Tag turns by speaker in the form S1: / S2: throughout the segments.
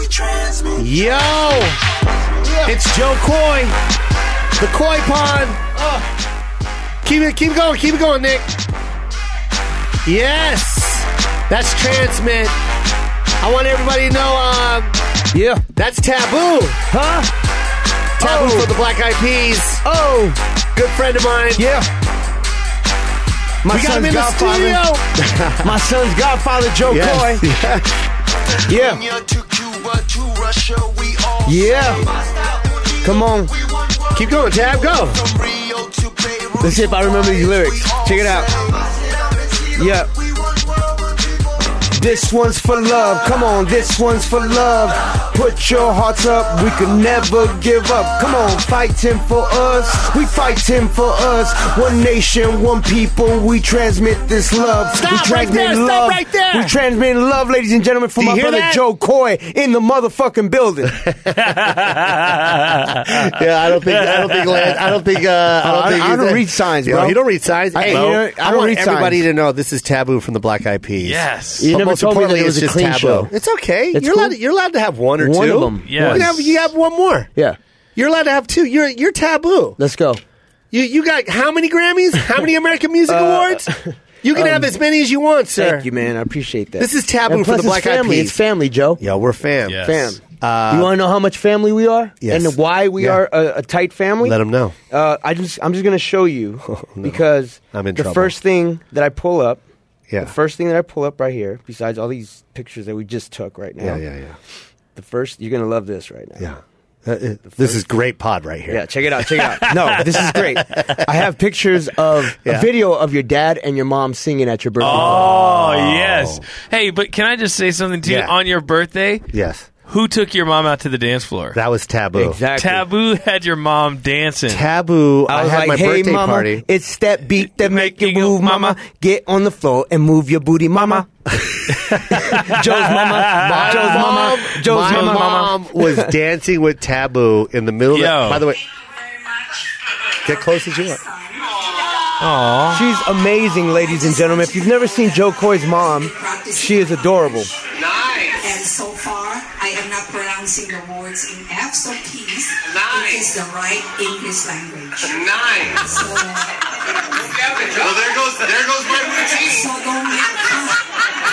S1: Yo, it's Joe Coy, the Coy Pond. Keep it, keep it going, keep it going, Nick. Yes, that's transmit. I want everybody to know. Um,
S2: Yeah.
S1: that's taboo.
S2: Huh?
S1: Taboo
S2: Oh.
S1: for the Black Eyed Peas.
S2: Oh.
S1: Good friend of mine.
S2: Yeah. My
S1: we got him in the studio.
S2: My son's godfather, Joe
S1: Yes.
S2: Coy. Yeah. Yeah. Come on.
S1: Keep going, Tab. Go.
S2: Let's see if I remember these lyrics. Check it out. Yeah. This one's for love. Come on, this one's for love. Put your hearts up. We can never give up. Come on, fighting for us. We fighting for us. One nation, one people. We transmit this love.
S1: Stop
S2: we
S1: right
S2: transmit
S1: there, stop
S2: love.
S1: right there.
S2: We transmit love, ladies and gentlemen, from
S1: Do you
S2: my
S1: hear
S2: brother
S1: that?
S2: Joe Coy in the motherfucking building.
S1: Yeah, I don't think I don't think Lance, I don't think uh, I
S2: Oh, I-
S1: don't think
S2: I
S1: he's
S2: don't
S1: a-
S2: read signs,
S1: Yeah,
S2: bro.
S1: He don't read signs.
S2: I-
S1: Hey,
S2: you know, I
S1: I
S2: don't
S1: want
S2: read
S1: everybody
S2: signs.
S1: to know this is taboo from the Black Eyed Peas.
S3: Yes.
S2: You
S1: but
S2: never
S1: most
S2: told me that
S1: importantly,
S2: it was a
S1: it's just
S2: clean
S1: taboo.
S2: show.
S1: It's okay.
S2: It's
S1: you're
S2: cool.
S1: allowed. To, you're allowed to have one or
S2: One
S1: two
S2: of them.
S1: You can have, you have one more.
S2: Yeah.
S1: You're allowed to have two. You're you're taboo.
S2: Let's go.
S1: You you got how many Grammys? How many American Music Awards? You can have as many as you want, sir.
S2: Uh, um, Thank you, man. I appreciate that.
S1: This is taboo
S2: and
S1: for
S2: plus
S1: the Black
S2: it's
S1: Eyed
S2: family.
S1: Peas.
S2: It's family, Joe.
S1: Yo, we're fam.
S3: Yes.
S2: Fam.
S1: Uh,
S2: you want to know how much family we are
S1: Yes.
S2: and why we
S1: Yeah.
S2: are a, a tight family?
S1: Let them know.
S2: Uh, I just, I'm just going to show you
S1: Oh, no.
S2: because
S1: I'm in
S2: the
S1: trouble.
S2: first thing that I pull up,
S1: Yeah.
S2: the first thing that I pull up right here, besides all these pictures that we just took right now,
S1: yeah, yeah, yeah,
S2: the first, you're going to love this right now.
S1: yeah. Uh, uh, this is great pod right here.
S2: Yeah, check it out. Check it out. No, this is great. I have pictures of
S1: Yeah.
S2: a video of your dad and your mom singing at your birthday.
S3: Oh, yes. Hey, but can I just say something to
S1: Yeah.
S3: you? On your birthday,
S1: Yes,
S3: who took your mom out to the dance floor?
S1: that was taboo.
S2: Oh, exactly.
S3: Taboo had your mom dancing.
S1: Taboo. I,
S2: I was
S1: had
S2: like,
S1: my
S2: "Hey,
S1: birthday
S2: mama,
S1: party.
S2: it's that beat that make you
S3: Make you
S2: move,
S3: move,
S2: mama.
S3: mama.
S2: Get on the floor and move your booty, mama." Joe's mama,
S1: My
S2: Joe's mama,
S1: mom-
S2: Joe's
S1: my
S2: mama.
S1: mom was dancing with Taboo in the middle.
S3: Yo.
S1: Of the, by the way, get close as you want.
S3: Aw.
S2: She's amazing, ladies and gentlemen. If you've never seen Joe Coy's mom, she is adorable.
S4: And so far, I am not pronouncing the words in F, so please, it is the right English language.
S5: Nine.
S4: So,
S5: Well, there goes there goes my routine.
S4: so don't make fun.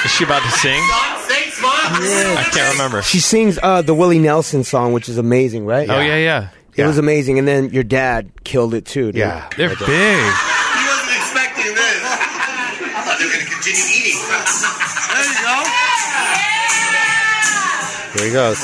S3: Is she about to sing?
S5: Thanks, mom.
S3: I can't remember.
S2: She sings uh, the Willie Nelson song, which is amazing, right?
S3: Oh, yeah, yeah.
S2: It was amazing, and then your dad killed it too. Dude.
S1: Yeah.
S3: They're big.
S5: He wasn't expecting this. I thought they were gonna continue eating. There you go.
S1: Here he goes.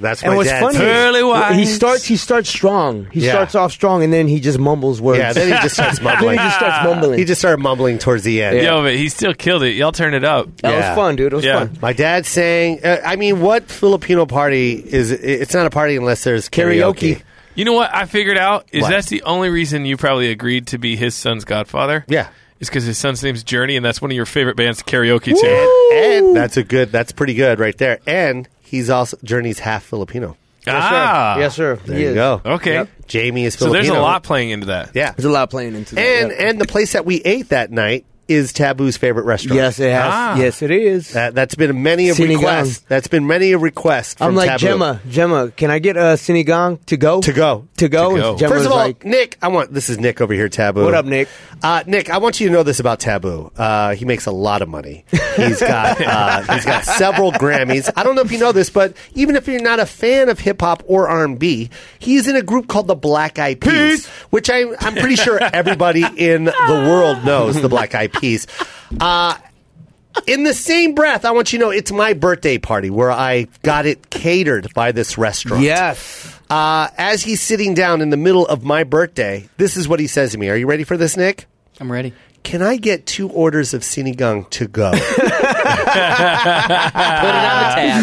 S1: That's my
S2: And what's
S1: dad.
S2: funny,
S3: Pearly whites.
S2: he starts he starts strong. He
S1: Yeah.
S2: starts off strong, and then he just mumbles words.
S1: Yeah, then he just starts
S2: Then he
S1: mumbling.
S2: just starts mumbling.
S1: he just started mumbling towards the end.
S3: Yo, but he still killed it. Y'all turn it up.
S2: that
S1: Yeah.
S2: was fun, dude. It was
S3: Yeah.
S2: fun.
S1: My dad sang. Uh, I mean, what Filipino party is? It's not a party unless there's karaoke.
S2: Karaoke.
S3: You know what I figured out is
S1: What?
S3: that's the only reason you probably agreed to be his son's godfather.
S1: Yeah.
S3: is because his son's name's Journey, and that's one of your favorite bands to karaoke to.
S1: And that's a good. That's pretty good right there. And he's also Journey's half Filipino.
S3: Ah,
S2: Yes, sir. Yes, sir.
S1: There
S2: He
S1: you
S2: is.
S1: go.
S3: Okay,
S2: Yep.
S1: Jamie is
S3: so
S1: Filipino.
S3: there's a lot playing into that.
S1: Yeah.
S2: There's a lot playing into that.
S1: And
S2: yeah.
S1: and the place that we ate that night is Taboo's favorite restaurant.
S2: yes, it has.
S3: Ah.
S2: Yes, it is.
S1: That, that's been many a
S2: Sinigang.
S1: request. That's been many a request. From
S2: I'm like
S1: Taboo.
S2: Gemma. Gemma, can I get a sinigang to go?
S1: To go.
S2: To go.
S3: To go.
S2: And Gemma
S1: First of
S2: was
S1: all,
S2: like,
S1: Nick, I want this is Nick over here. Taboo.
S2: What up, Nick?
S1: Uh, Nick, I want you to know this about Taboo. Uh, he makes a lot of money. He's got uh, he's got several Grammys. I don't know if you know this, but even if you're not a fan of hip hop or R and B, he's in a group called the Black Eyed Peas, which I, I'm pretty sure everybody in the world knows the Black Eyed Peas. Uh, in the same breath, I want you to know it's my birthday party where I got it catered by this restaurant.
S2: yes.
S1: Uh, as he's sitting down in the middle of my birthday, this is what he says to me. Are you ready for this, Nick?
S6: I'm ready.
S1: Can I get two orders of sinigang to go? Put
S6: Put it
S1: Ah.
S6: on the tab.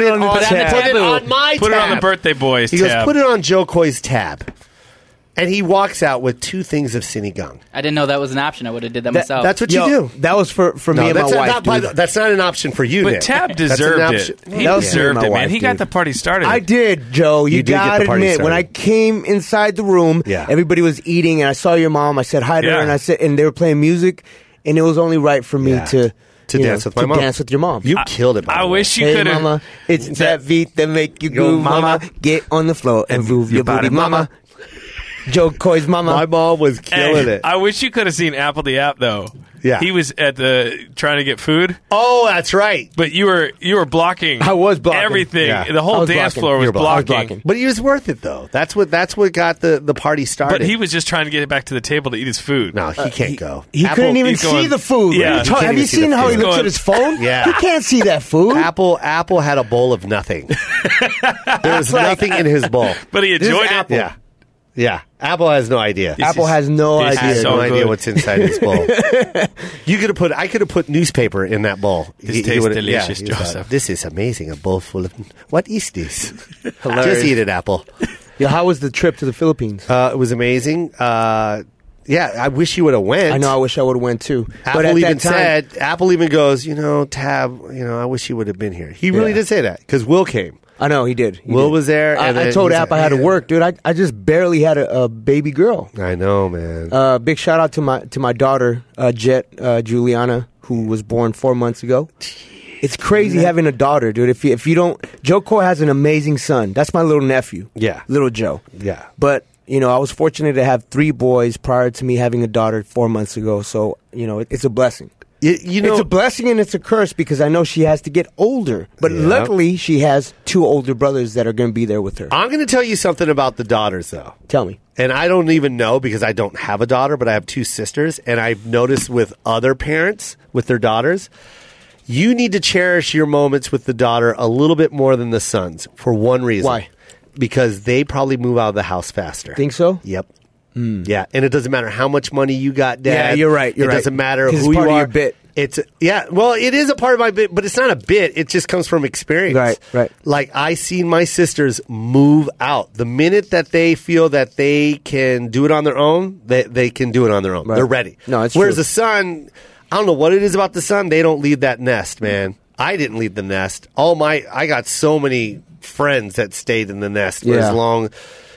S1: it on
S2: the
S1: put
S2: tab.
S1: it on my
S3: put it on the
S1: tab.
S3: birthday boys.
S1: He goes,
S3: tab.
S1: put it on Joe Coy's tab. and he walks out with two things of sinigang.
S6: I didn't know that was an option. I would have did that,
S2: That-
S6: myself.
S1: That's what
S2: Yo,
S1: you do.
S2: That was for, for me and
S1: that's,
S2: my wife.
S1: not, by
S2: dude.
S1: the- that's not an option for you.
S3: But
S1: Nick.
S3: Tab
S1: That's an
S3: deserved
S1: option-
S3: it. He
S2: That was
S3: deserved
S2: my
S3: it, man.
S2: wife,
S3: he got
S2: dude.
S3: the party started.
S2: I did, Joe. You,
S1: You did get
S2: gotta
S1: the party
S2: admit, when
S1: started.
S2: I came inside the room,
S1: Yeah.
S2: everybody was eating, and I saw your mom. I said hi to her,
S3: Yeah.
S2: and I said, and they were playing music, and it was only right for me
S1: Yeah.
S2: to
S1: To
S2: you
S1: dance
S2: know,
S1: with my
S2: to
S1: mom.
S2: dance with your mom.
S1: You killed it. By
S3: I
S1: the way.
S3: wish you
S2: hey,
S3: could have.
S2: mama, it's that beat that make you groove, mama. Get on the floor and move your, body, mama. Joe Coy's mama.
S1: My mom was killing
S3: Hey,
S1: it.
S3: I wish you could have seen Apple the app though.
S1: Yeah.
S3: he was at the trying to get food,
S1: oh, that's right.
S3: but you were you were blocking.
S2: I was blocking.
S3: everything.
S1: Yeah.
S3: The
S2: I
S3: whole
S2: was
S3: dance
S2: blocking.
S3: floor
S2: You
S3: was
S2: were blocking. I was
S3: blocking.
S2: blocking.
S1: But he was worth it though. That's what that's what got the the party started.
S3: But he Uh, was just trying to get back to the table to eat his food.
S1: no, he can't go.
S2: He
S1: Apple-
S2: couldn't even
S3: he's
S2: see
S3: going-
S2: the food.
S3: Yeah.
S2: Have
S3: He
S2: you-
S1: can't
S2: have you
S1: even see the
S2: seen how he
S1: food.
S2: looks
S3: Going-
S2: at his phone?
S1: Yeah.
S2: He can't see that food.
S1: Apple Apple had a bowl of nothing. there was nothing in his bowl.
S3: But he
S2: is
S3: enjoyed it.
S2: Apple.
S1: Yeah, yeah. Apple has no idea.
S3: This
S2: Apple
S3: is-
S2: has no
S3: this is
S1: I have
S2: idea.
S3: so
S1: no idea
S3: good.
S1: what's inside his bowl. you could have put. I could have put newspaper in that bowl. This
S3: tastes delicious, Joseph.
S1: this is amazing. A bowl full of. What is this?
S2: Hilarious.
S1: Just eat it, Apple.
S2: Yeah, how was the trip to the Philippines?
S1: Uh, it was amazing. Uh, yeah, I wish you would have went.
S2: I know. I wish I would have went too.
S1: Apple
S2: but at
S1: even
S2: that time,
S1: said. Apple even goes. You know, Tab. You know, I wish you would have been here. He really
S2: Yeah.
S1: did say that because Will came.
S2: I know he did. He
S1: Will
S2: did.
S1: was there,
S2: I,
S1: and
S2: I
S1: then
S2: told
S1: he's
S2: App
S1: like,
S2: I had to
S1: "Man."
S2: work, dude. I, I just barely had a, a baby girl.
S1: I know, man.
S2: Uh, big shout out to my to my daughter uh, Jet uh, Juliana, who was born four months ago. It's crazy having a daughter, dude. If you, if you don't, Joe Cole has an amazing son. That's my little nephew.
S1: Yeah.
S2: little Joe.
S1: Yeah.
S2: but you know, I was fortunate to have three boys prior to me having a daughter four months ago. So you know, it, it's a blessing.
S1: you, you know,
S2: it's a blessing and it's a curse because I know she has to get older. But
S1: Yeah.
S2: luckily, she has two older brothers that are going to be there with her.
S1: I'm going to tell you something about the daughters, though.
S2: Tell me.
S1: and I don't even know because I don't have a daughter, but I have two sisters, and I've noticed with other parents with their daughters, you need to cherish your moments with the daughter a little bit more than the sons for one reason.
S2: Why?
S1: Because they probably move out of the house faster.
S2: Think so? Hmm.
S1: Yep. Yeah, and it doesn't matter how much money you got, Dad.
S2: Yeah, you're right, you're
S1: it
S2: right.
S1: doesn't matter
S2: 'Cause it's
S1: who you
S2: part of
S1: are.
S2: your bit.
S1: It's yeah. Well, it is a part of my bit, but it's not a bit. It just comes from experience.
S2: Right, right.
S1: Like I seen my sisters move out the minute that they feel that they can do it on their own. They they can do it on their own.
S2: Right.
S1: They're ready.
S2: No, it's
S1: whereas
S2: true.
S1: the son, I don't know what it is about the son. They don't leave that nest, man. I didn't leave the nest. All my I got so many friends that stayed in the nest for
S2: Yeah.
S1: as long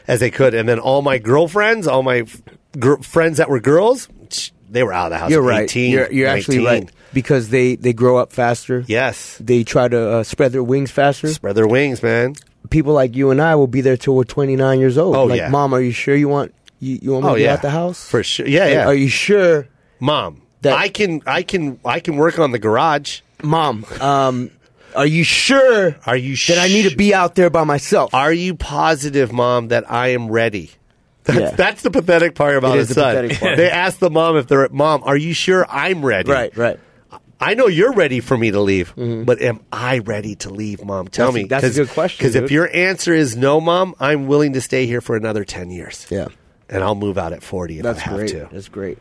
S1: as they could, and then all my girlfriends, all my f- gr- friends that were girls, sh- they were out of the house.
S2: You're
S1: at
S2: right.
S1: 18,
S2: you're you're actually
S1: 19.
S2: right because they they grow up faster.
S1: Yes,
S2: They try to uh, spread their wings faster.
S1: spread their wings, man.
S2: People like you and I will be there till we're 29 years old.
S1: Oh,
S2: like,
S1: yeah.
S2: mom, are you sure you want you, you want me
S1: Oh
S2: to be
S1: yeah,
S2: at the house
S1: for sure. Yeah,
S2: Like,
S1: yeah.
S2: Are you sure,
S1: Mom,
S2: That-
S1: I can, I can, I can work on the garage.
S2: mom? Um, are you sure?
S1: Are you
S2: that I need
S1: sh-
S2: to be out there by myself?
S1: Are you positive, Mom, that I am ready? That's,
S2: Yeah.
S1: that's the pathetic part about
S2: It
S1: a
S2: is the
S1: son.
S2: pathetic part.
S1: They ask the mom if they're mom. Are you sure I'm ready?
S2: right, right.
S1: I know you're ready for me to leave, but am I ready to leave, Mom? Tell
S2: Mm-hmm. That's
S1: me.
S2: a- that's a good question,
S1: Because if
S2: dude.
S1: your answer is no, Mom, I'm willing to stay here for another ten years.
S2: Yeah.
S1: and I'll move out at forty if
S2: That's
S1: I have
S2: great.
S1: to.
S2: That's great.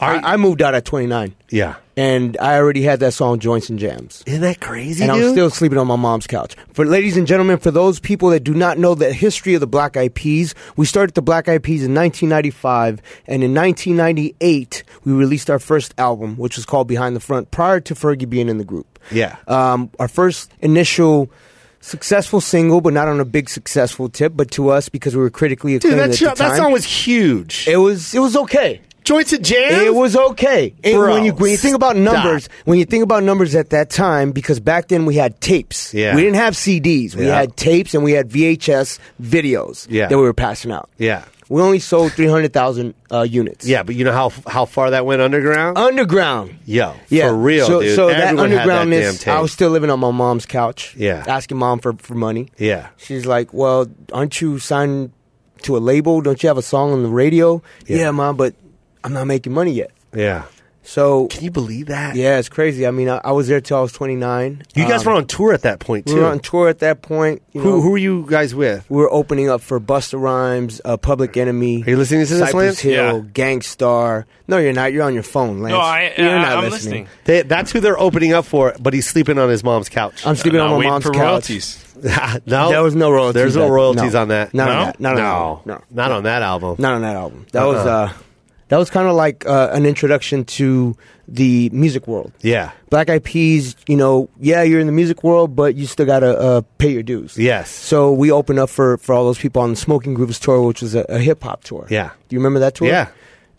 S1: Are
S2: I,
S1: you-
S2: I moved out at 29,
S1: Yeah,
S2: and I already had that song "Joints and Jams."
S1: isn't that crazy?
S2: and
S1: dude?
S2: I'm still sleeping on my mom's couch. For ladies and gentlemen, for those people that do not know the history of the Black Eyed Peas, we started the Black Eyed Peas in 1995, and in 1998 we released our first album, which was called Behind the Front. Prior to Fergie being in the group,
S1: Yeah.
S2: um, our first initial. Successful single, but not on a big successful tip. But to us, because we were critically acclaimed
S1: dude. That,
S2: at
S1: show,
S2: the time,
S1: that song was huge.
S2: it was it was okay.
S1: Joints and jams.
S2: It was okay. And
S1: Bro,
S2: when you when you think about
S1: stop.
S2: numbers, when you think about numbers at that time, because back then we had tapes.
S1: Yeah.
S2: We didn't have CDs. We
S1: Yeah.
S2: had tapes and we had VHS videos
S1: Yeah.
S2: that we were passing out.
S1: Yeah.
S2: We only sold three hundred thousand uh, units.
S1: Yeah, but you know how how far that went underground?
S2: Underground.
S1: Yo,
S2: Uh, Yeah.
S1: for real,
S2: So,
S1: dude.
S2: so that
S1: Everyone had that damn
S2: undergroundness,
S1: tape.
S2: I was still living on my mom's couch.
S1: Yeah.
S2: Asking mom for, for money.
S1: Yeah.
S2: She's like, "Well, aren't you signed to a label? Don't you have a song on the radio?"
S1: Yeah.
S2: yeah mom, but I'm not making money yet.
S1: yeah.
S2: So
S1: Can you believe that?
S2: yeah, it's crazy. I mean, I, I was there till I was 29.
S1: You guys
S2: Um,
S1: were on tour at that point too.
S2: we were on tour at that point. You know,
S1: who who were you guys with?
S2: we were opening up for Busta Rhymes, uh, Public Enemy.
S1: Are you listening to this, Lance?
S2: Cypress Hill,
S3: Yeah.
S2: Gangstar. No, you're not. You're on your phone, Lance.
S3: No, I-
S2: you're
S3: I-
S2: not
S3: I'm
S2: listening.
S3: listening.
S1: They, that's who they're opening up for, but he's sleeping on his mom's couch.
S2: I'm sleeping
S3: Now
S2: on my
S3: waiting
S2: mom's
S3: for
S2: couch.
S3: royalties.
S1: no,
S2: There was no royalties
S1: There's no
S2: on-
S1: royalties
S2: no.
S1: on that.
S2: Not on
S1: no,
S2: that. Not on that.
S1: no,
S2: No.
S1: not on that album.
S2: Not on that album. That was
S1: Uh-uh.
S2: uh, that was kind of like uh, an introduction to the music world.
S1: Yeah.
S2: Black Eyed Peas, you know, yeah, you're in the music world, but you still gotta uh, pay your dues.
S1: Yes.
S2: So we opened up for, for all those people on the Smoking Grooves tour, which was a, a hip hop tour.
S1: Yeah.
S2: Do you remember that tour?
S1: Yeah.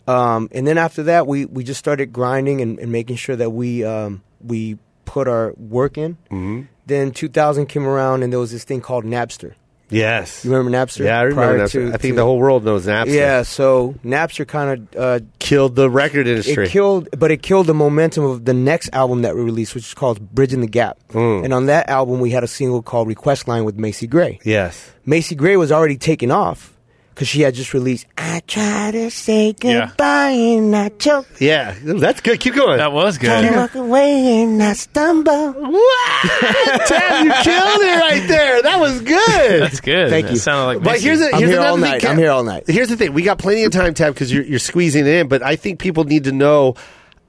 S2: Um, and then after that, we, we just started grinding and, and making sure that we um, we put our work in. Mm-hmm. Then 2000 came around, and there was this thing called Napster.
S1: Yes.
S2: You remember Napster?
S1: Yeah, I remember
S2: Prior
S1: Napster.
S2: to-
S1: I think
S2: to-
S1: the whole world knows Napster.
S2: Yeah, so Napster kind of uh,
S1: Killed the record
S2: it
S1: industry.
S2: killed, but it killed the momentum of the next album that we released, which is called Bridging the Gap. And on that album, we had a single called Request Line with Macy Gray.
S1: yes.
S2: Macy Gray was already taken off because she had just released I Try to Say
S3: Yeah.
S2: Goodbye and I Choke.
S1: Yeah. That's good. Keep going.
S3: That was good.
S2: I walk away and I stumble.
S1: Damn, you killed it right there. That was good.
S3: That's good.
S2: Thank
S3: That
S2: you.
S3: sounded like
S1: But
S3: Macy.
S1: here's, a,
S2: I'm
S1: here's
S2: here
S1: another
S2: all
S1: thing,
S2: night.
S1: Cap.
S2: I'm here all night.
S1: Here's the thing: we got plenty of time, Tab, because you're you're squeezing it in. But I think people need to know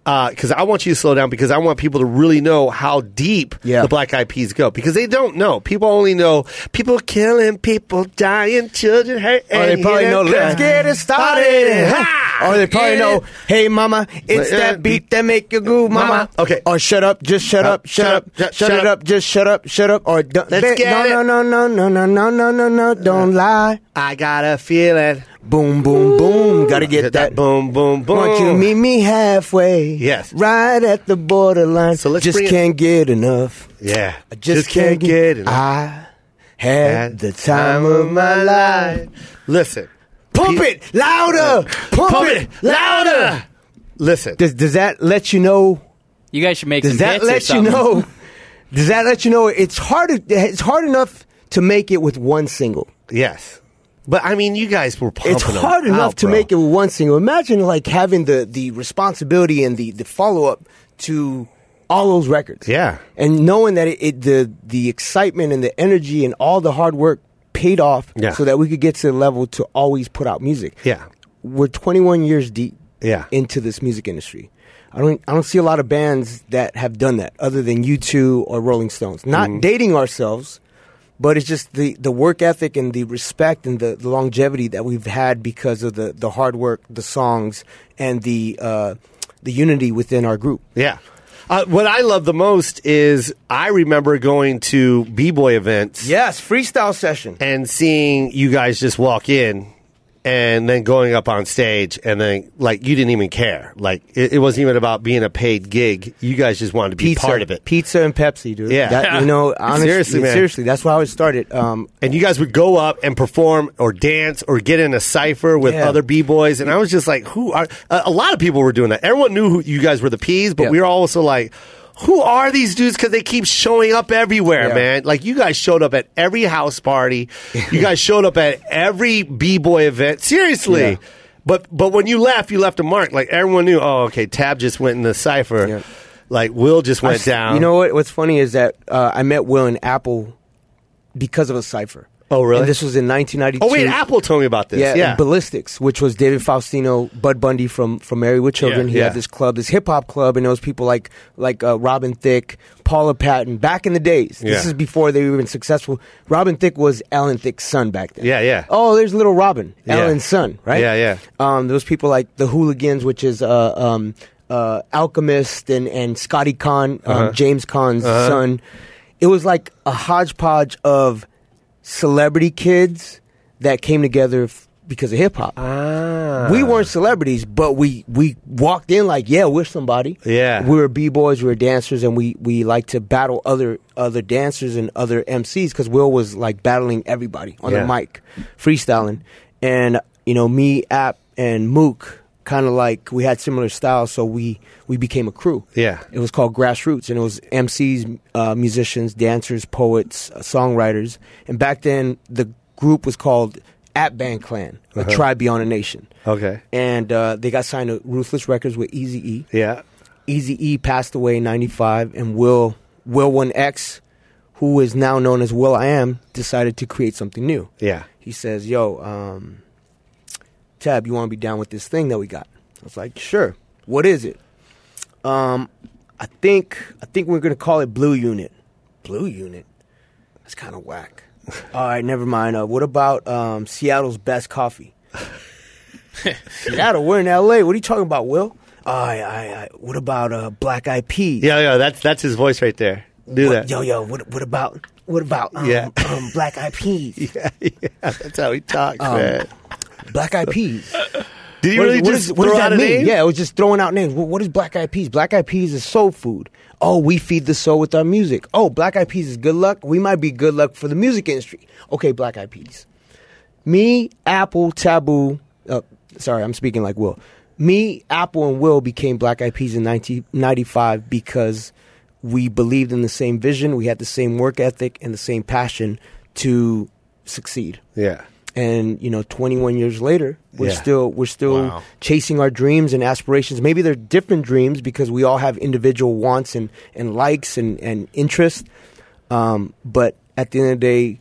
S1: because I want you to slow down because I want people to really know how deep
S2: Yeah.
S1: the Black Eyed Peas go because they don't know. People only know people killing, people dying, children hurt.
S2: Or Oh, they
S1: and
S2: probably
S1: here
S2: know, let's
S1: comes-
S2: get it started.
S1: Ha!
S2: Or they probably
S1: Get
S2: know,
S1: it?
S2: hey mama, it's
S1: Let
S2: that
S1: it
S2: beat that make you groove, mama.
S1: Mama. Okay.
S2: Or shut up, just shut
S1: Uh,
S2: up, shut,
S1: shut
S2: up,
S1: up, ju-
S2: shut
S1: shut up.
S2: it up, just shut up, shut up. Or don't,
S1: Let's get
S2: no,
S1: it.
S2: no, no, no, no, no, no, no, no, no, don't lie.
S1: I got a feeling.
S2: Boom, boom, boom. Gotta get
S1: Hit
S2: that.
S1: boom, boom, boom.
S2: Want you to meet me halfway?
S1: Yes.
S2: Right at the borderline.
S1: So let's
S2: just
S1: bring it-
S2: can't get enough.
S1: Yeah,
S2: I just, can't, get, enough. I had the time of my life.
S1: Listen,
S2: Pump
S1: Pe-
S2: it louder. Pump,
S1: Pump
S2: it,
S1: it
S2: louder.
S1: listen.
S2: Does does that let you know?
S6: You guys should make
S2: Does
S6: some
S2: that
S6: hits or
S2: let you
S6: something.
S2: know? Does that let you know? It's hard. It's hard enough to make it with one single.
S1: Yes. But I mean, you guys were pumping
S2: It's
S1: them
S2: hard
S1: out,
S2: enough to
S1: bro.
S2: make it with one single. Imagine like having the the responsibility and the the follow up to all those records.
S1: Yeah.
S2: and knowing that it, it the the excitement and the energy and all the hard work paid off
S1: Yeah.
S2: so that we could get to the level to always put out music.
S1: Yeah.
S2: we're 21 years deep
S1: Yeah.
S2: into this music industry. I don't I don't see a lot of bands that have done that other than U2 or Rolling Stones. Not dating ourselves, but it's just the, the work ethic and the respect and the, the longevity that we've had because of the, the hard work, the songs, and the uh, the unity within our group.
S1: Yeah. Uh, what I love the most is I remember going to b boy events
S2: Yes, freestyle session.
S1: and seeing you guys just walk in and then going up on stage and then like you didn't even care like it, it wasn't even about being a paid gig you guys just wanted to be part of it
S2: Pizza and Pepsi, dude.
S1: Yeah.
S2: That, you know, honestly,
S1: Seriously,
S2: seriously,
S1: man.
S2: that's why I started. Um,
S1: and you guys would go up and perform or dance or get in a cipher with
S2: Yeah.
S1: other b-boys and i was just like who are a, a lot of people were doing that everyone knew who you guys were the p's but
S2: Yeah.
S1: we were also like who are these dudes because they keep showing up everywhere
S2: Yeah.
S1: man like you guys showed up at every house party you guys showed up at every b-boy event seriously
S2: Yeah.
S1: But but when you left, you left a mark. Like everyone knew. Oh, okay. Tab just went in the cipher.
S2: Yeah.
S1: Like Will just went
S2: I-
S1: down.
S2: You know what? What's funny is that uh, I met Will and Apple because of a cipher.
S1: Oh, really?
S2: And this was in 1992.
S1: Oh wait, Apple told me about this.
S2: Yeah,
S1: Yeah.
S2: and Ballistics, which was David Faustino, Bud Bundy from from Married with Children.
S3: Yeah,
S2: he
S1: yeah.
S2: had this club, this hip hop club, and there was people like like uh, Robin Thicke, Paula Patton. Back in the days, this
S1: Yeah.
S2: is before they were even successful. Robin Thicke was Alan Thicke's son back then.
S1: Yeah, yeah.
S2: Oh, there's little Robin,
S1: Yeah.
S2: Alan's son, right?
S1: Yeah, yeah.
S2: Um, there was people like the Hooligans, which is uh, um, uh, Alchemist and and Scotty Khan, um,
S1: Uh-huh.
S2: James Khan's son. It was like a hodgepodge of celebrity kids that came together f- because of hip hop.
S1: Ah.
S2: We weren't celebrities, but we we walked in like, yeah, we're somebody.
S1: Yeah.
S2: we were b boys, we were dancers, and we we like to battle other other dancers and other MCs because Will was like battling everybody on
S1: Yeah.
S2: the mic, freestyling, and you know me, App, and Mook. Kind of like we had similar styles, so we we became a crew.
S1: Yeah.
S2: it was called Grassroots, and it was MCs, uh, musicians, dancers, poets, uh, songwriters, and back then the group was called App Band Clan, a tribe beyond a nation
S1: Uh-huh. Okay.
S2: and uh, they got signed to Ruthless Records with Easy E.
S1: Yeah.
S2: Easy E passed away in '95, and Will Will One X, who is now known as Will I Am, decided to create something new.
S1: Yeah.
S2: He says, "Yo, um, Tab, you want to be down with this thing that we got?" I was like, "Sure." What is it? Um, I think I think we're gonna call it Blue Unit. Blue Unit. That's kind of whack. All right, never mind. Uh, what about um, Seattle's best coffee? Seattle, we're in L.A. What are you talking about, Will? I, I, I what about uh, Black Eyed Peas?
S1: Yeah, yeah, that's that's his voice right there. Do
S2: What-
S1: that.
S2: Yo, yo, what, what about what about um,
S1: Yeah.
S2: um, Black Eyed Peas?
S1: Yeah, yeah, that's how he talks, man.
S2: Black Eyed Peas.
S1: Did he
S2: Um, What-
S1: really
S2: what
S1: just
S2: is- what
S1: throw
S2: does
S1: out
S2: that
S1: a
S2: mean?
S1: name?
S2: Yeah, it was just throwing out names. Well, what is Black Eyed Peas? Black Eyed Peas is soul food. Oh, we feed the soul with our music. Oh, Black Eyed Peas is good luck. We might be good luck for the music industry. Okay, Black Eyed Peas. Me, Apple, Taboo. Uh, sorry, I'm speaking like Will. Me, Apple, and Will became Black Eyed Peas in 1995 because we believed in the same vision. We had the same work ethic and the same passion to succeed
S1: Yeah.
S2: and you know 21 years later we're
S1: Yeah.
S2: still we're still
S3: Wow.
S2: chasing our dreams and aspirations maybe they're different dreams because we all have individual wants and and likes and and interests um, but at the end of the day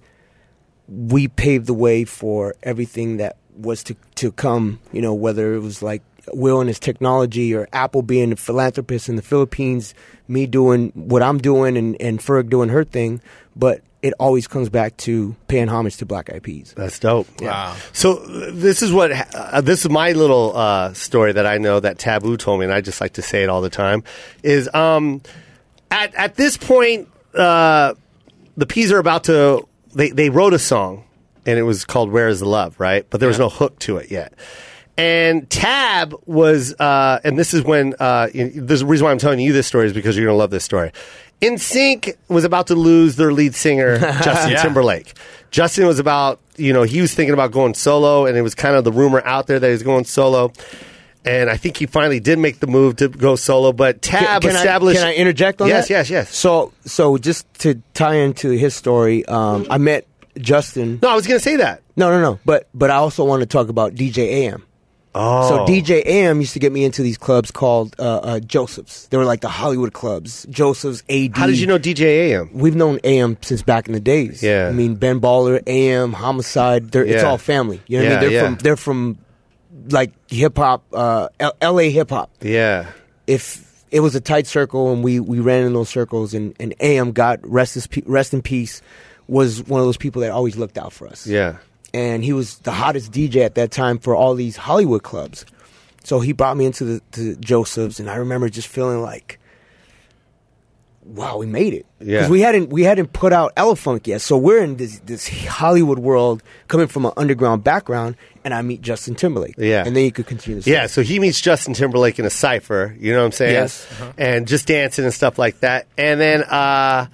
S2: we paved the way for everything that was to to come you know whether it was like Will and his technology, or Apple being a philanthropist in the Philippines, me doing what I'm doing, and, and Ferg doing her thing, but it always comes back to paying homage to Black Eyed Peas.
S1: That's dope.
S3: Wow.
S1: So uh, this is what ha- uh, this is my little uh, story that I know that Taboo told me, and I just like to say it all the time. Is um, at at this point, uh, the Peas are about to they they wrote a song, and it was called "Where Is the Love," right? But there was no hook to it yet. And Tab was, uh, and this is when uh, you- there's a reason why I'm telling you this story is because you're gonna love this story. In Sync was about to lose their lead singer Justin
S3: Yeah.
S1: Timberlake. Timberlake. Justin was about, you know, he was thinking about going solo, and it was kind of the rumor out there that he was going solo. And I think he finally did make the move to go solo, but Tab established.
S2: I, Ah, can I interject on
S1: yes,
S2: that?
S1: Yes, yes,
S2: So, so just to tie into his story, um, I met Justin.
S1: No, I was going to say that.
S2: No, no, no. But but I also want to talk about DJ AM. Oh. So DJ AM used to get me into these clubs called uh, uh, Joseph's. They were like the Hollywood clubs. Joseph's AD.
S1: How did you know DJ AM?
S2: We've known AM since back in the days.
S1: Yeah.
S2: I mean Ben Baller, AM, Homicide. They're, It's
S1: Yeah.
S2: all family. You know what I
S1: Yeah,
S2: mean? They're
S1: yeah.
S2: from they're from like hip hop, uh, L- L.A. hip hop
S1: Yeah.
S2: if it was a tight circle and we, we ran in those circles and, and AM got rest, his, pe- rest in peace was one of those people that always looked out for us.
S1: Yeah.
S2: And he was the hottest DJ at that time for all these Hollywood clubs. So he brought me into the to Joseph's and I remember just feeling like wow, we made it.
S1: Yeah.
S2: we hadn't we hadn't put out Elefunk yet. So we're in this this Hollywood world coming from an underground background and I meet Justin Timberlake.
S1: Yeah.
S2: And then you could continue the story.
S1: Yeah, so he meets Justin Timberlake in a cipher, you know what I'm saying?
S2: Yes.
S1: And just dancing and stuff like that. And then uh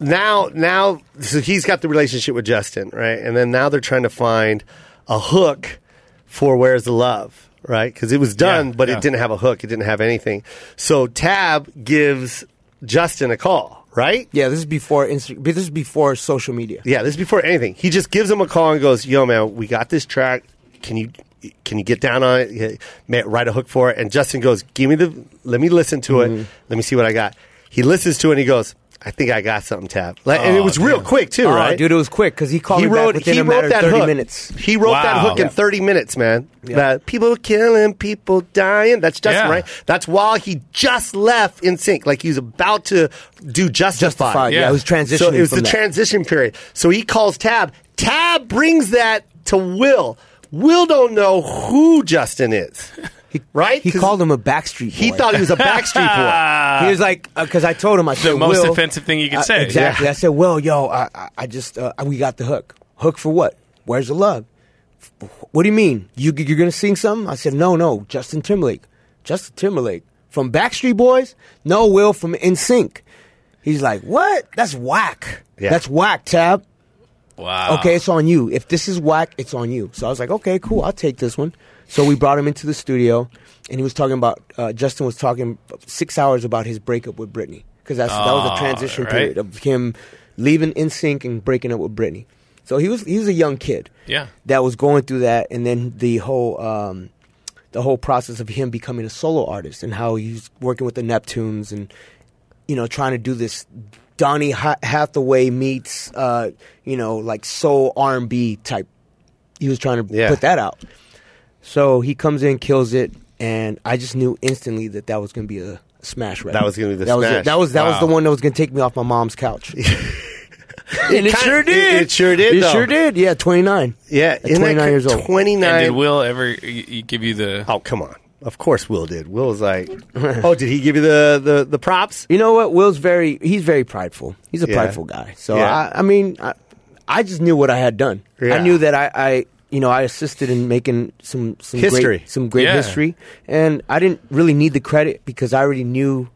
S1: now now so he's got the relationship with Justin, right? And then now they're trying to find a hook for Where's the Love, right? Cuz it was done,
S3: Yeah,
S1: but
S3: yeah.
S1: it didn't have a hook, it didn't have anything. So Tab gives Justin a call, right?
S2: Yeah, this is before Insta- This is before social media.
S1: Yeah, this is before anything. He just gives him a call and goes, "Yo, man, we got this track. Can you can you get down on it? Yeah, man, write a hook for it?" And Justin goes, "Give me the. Let me listen to
S2: Mm-hmm.
S1: it. Let me see what I got." He listens to it and he goes, "I think I got something, Tab." Like, and it was real quick too,
S2: Oh,
S1: right?
S2: dude, it was quick because he called
S1: he
S2: me back
S1: wrote.
S2: within
S1: He
S2: a matter
S1: wrote
S2: of
S1: that
S2: thirty
S1: hook.
S2: minutes.
S1: He wrote that
S3: Wow.
S1: hook in
S3: Yeah.
S1: thirty minutes, man.
S2: Yeah.
S1: That people killing, people dying. That's Justin,
S3: Yeah.
S1: right? That's while he just left in sync. Like he was about to do Justified.
S2: Justified. Yeah,
S3: Yeah.
S2: it was transitioning.
S1: So it was
S2: from
S1: the
S2: that.
S1: transition period. So he calls Tab. Tab brings that to Will. Will don't know who Justin is, right?
S2: He
S1: 'Cause
S2: called him a backstreet.
S1: He
S2: boy.
S1: thought he was a Backstreet Boy.
S3: Ah,
S2: he was like because I told him I said
S3: most
S2: "Will,"
S3: offensive thing you can
S2: I-
S3: say.
S2: Exactly. I said, "Well, yo, I, I, I just uh, we got the hook. Hook for what? Where's the love? F- What do you mean? You you're gonna sing something?" I said, "No, no, Justin Timberlake, Justin Timberlake from Backstreet Boys. No, Will from NSYNC." He's like, "What? That's whack.
S1: Yeah.
S2: That's whack, Tab."
S3: Wow.
S2: okay, it's on you. If this is whack, it's on you. So I was like, okay, cool, I'll take this one. So we brought him into the studio, and he was talking about uh, Justin was talking six hours about his breakup with Britney because that's that was a
S3: Ah,
S2: transition
S3: right.
S2: period of him leaving In Sync and breaking up with Britney. So he was he was a young kid,
S3: Yeah.
S2: that was going through that, and then the whole um, the whole process of him becoming a solo artist and how he's working with the Neptunes and you know trying to do this Donny Ha- Hathaway meets uh, you know like soul R and B type. He was trying to
S1: Yeah.
S2: put that out. So he comes in, kills it, and I just knew instantly that that was going to be a smash record.
S1: That was gonna be the
S2: that Was
S1: smash.
S2: it. That was that was
S3: Wow.
S2: the one that was going to take me off my mom's couch. and it
S1: kind-
S2: sure
S1: it-
S2: did.
S1: it sure did,
S2: It
S1: though.
S2: sure did. Yeah, twenty nine.
S1: Yeah,
S2: at twenty nine years old.
S1: Twenty
S3: And did
S1: nine.
S3: Will ever y- y- give you the?
S1: Oh, come on. Of course, Will did. Will was like, "Oh, did he give you the the, the props?"
S2: You know what? Will's very he's very prideful. He's a
S1: Yeah.
S2: prideful guy. So
S1: Yeah.
S2: I, I mean, I, I just knew what I had done.
S1: Yeah.
S2: I knew that I, I you know I assisted in making some some
S1: History.
S2: great, some great
S3: Yeah.
S2: history, and I didn't really need the credit because I already knew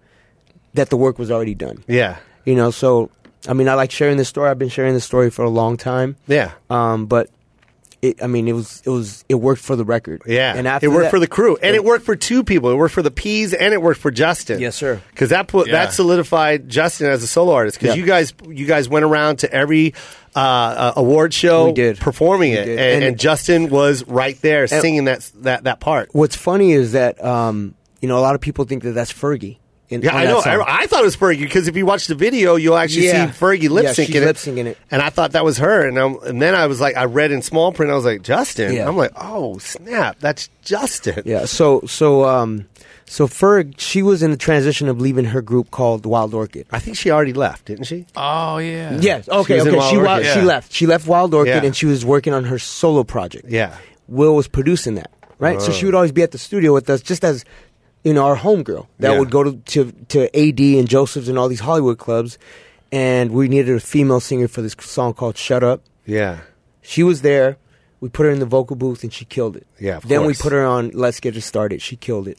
S2: that the work was already done.
S1: Yeah,
S2: You know, so I mean, I like sharing this story. I've been sharing this story for a long time.
S1: yeah,
S2: Um, but it, I mean, it was it was it worked for the record.
S1: yeah.
S2: and after
S1: it worked
S2: that-
S1: for the crew, and it worked for two people. It worked for the Peas, and it worked for Justin.
S2: Yes, sir.
S1: Because that put
S3: Yeah.
S1: that solidified Justin as a solo artist.
S2: Yeah.
S1: Because you guys you guys went around to every uh, uh, award show,
S2: We did.
S1: performing
S2: We
S1: it,
S2: did.
S1: And, and,
S2: And-
S1: Justin was right there singing that that that part.
S2: What's funny is that um, you know a lot of people think that that's Fergie. In,
S1: Yeah,
S2: on
S1: I
S2: that
S1: know.
S2: song.
S1: I, I thought it was Fergie because if you watch the video, you'll actually
S2: Yeah.
S1: see Fergie lip
S2: Yeah,
S1: syncing
S2: she's
S1: it.
S2: lip syncing it.
S1: And I thought that was her. And, I'm, and then I was like, I read in small print, I was like, Justin.
S2: Yeah.
S1: I'm like, oh, snap, that's Justin.
S2: Yeah. So so um so Ferg, she was in the transition of leaving her group called Wild Orchid.
S1: I think she already left, didn't she?
S3: Oh yeah.
S2: Yes. Okay.
S1: was in
S2: okay.
S1: Wild
S2: she wa-
S1: Orchid.
S2: she
S3: Yeah.
S2: left. She left Wild Orchid,
S1: Yeah.
S2: and she was working on her solo project.
S1: Yeah.
S2: Will was producing that, right? So she would always be at the studio with us, just as you know, our homegirl that
S1: Yeah.
S2: would go to, to to AD and Joseph's and all these Hollywood clubs, and we needed a female singer for this song called "Shut Up."
S1: Yeah.
S2: She was there. We put her in the vocal booth and she killed it.
S1: Yeah, of
S2: then
S1: course.
S2: we put her on Let's Get It Started. She killed it.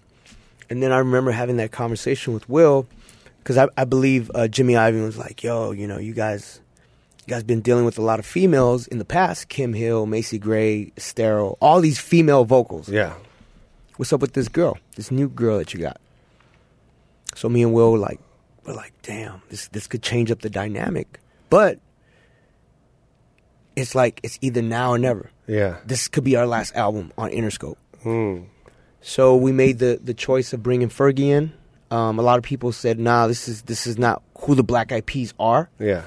S2: And then I remember having that conversation with Will because I, I believe uh, Jimmy Ivan was like, "Yo, you know, you guys, you guys been dealing with a lot of females in the past. Kim Hill, Macy Gray, Estero, all these female vocals.
S1: Yeah.
S2: What's up with this girl? This new girl that you got?" So me and Will were like, we're like, "Damn, this this could change up the dynamic." But it's like it's either now or never
S1: Yeah.
S2: this could be our last album on Interscope. So we made the the choice of bringing Fergie in. Um, a lot of people said, "Nah, this is this is not who the Black Eyed Peas are."
S1: Yeah.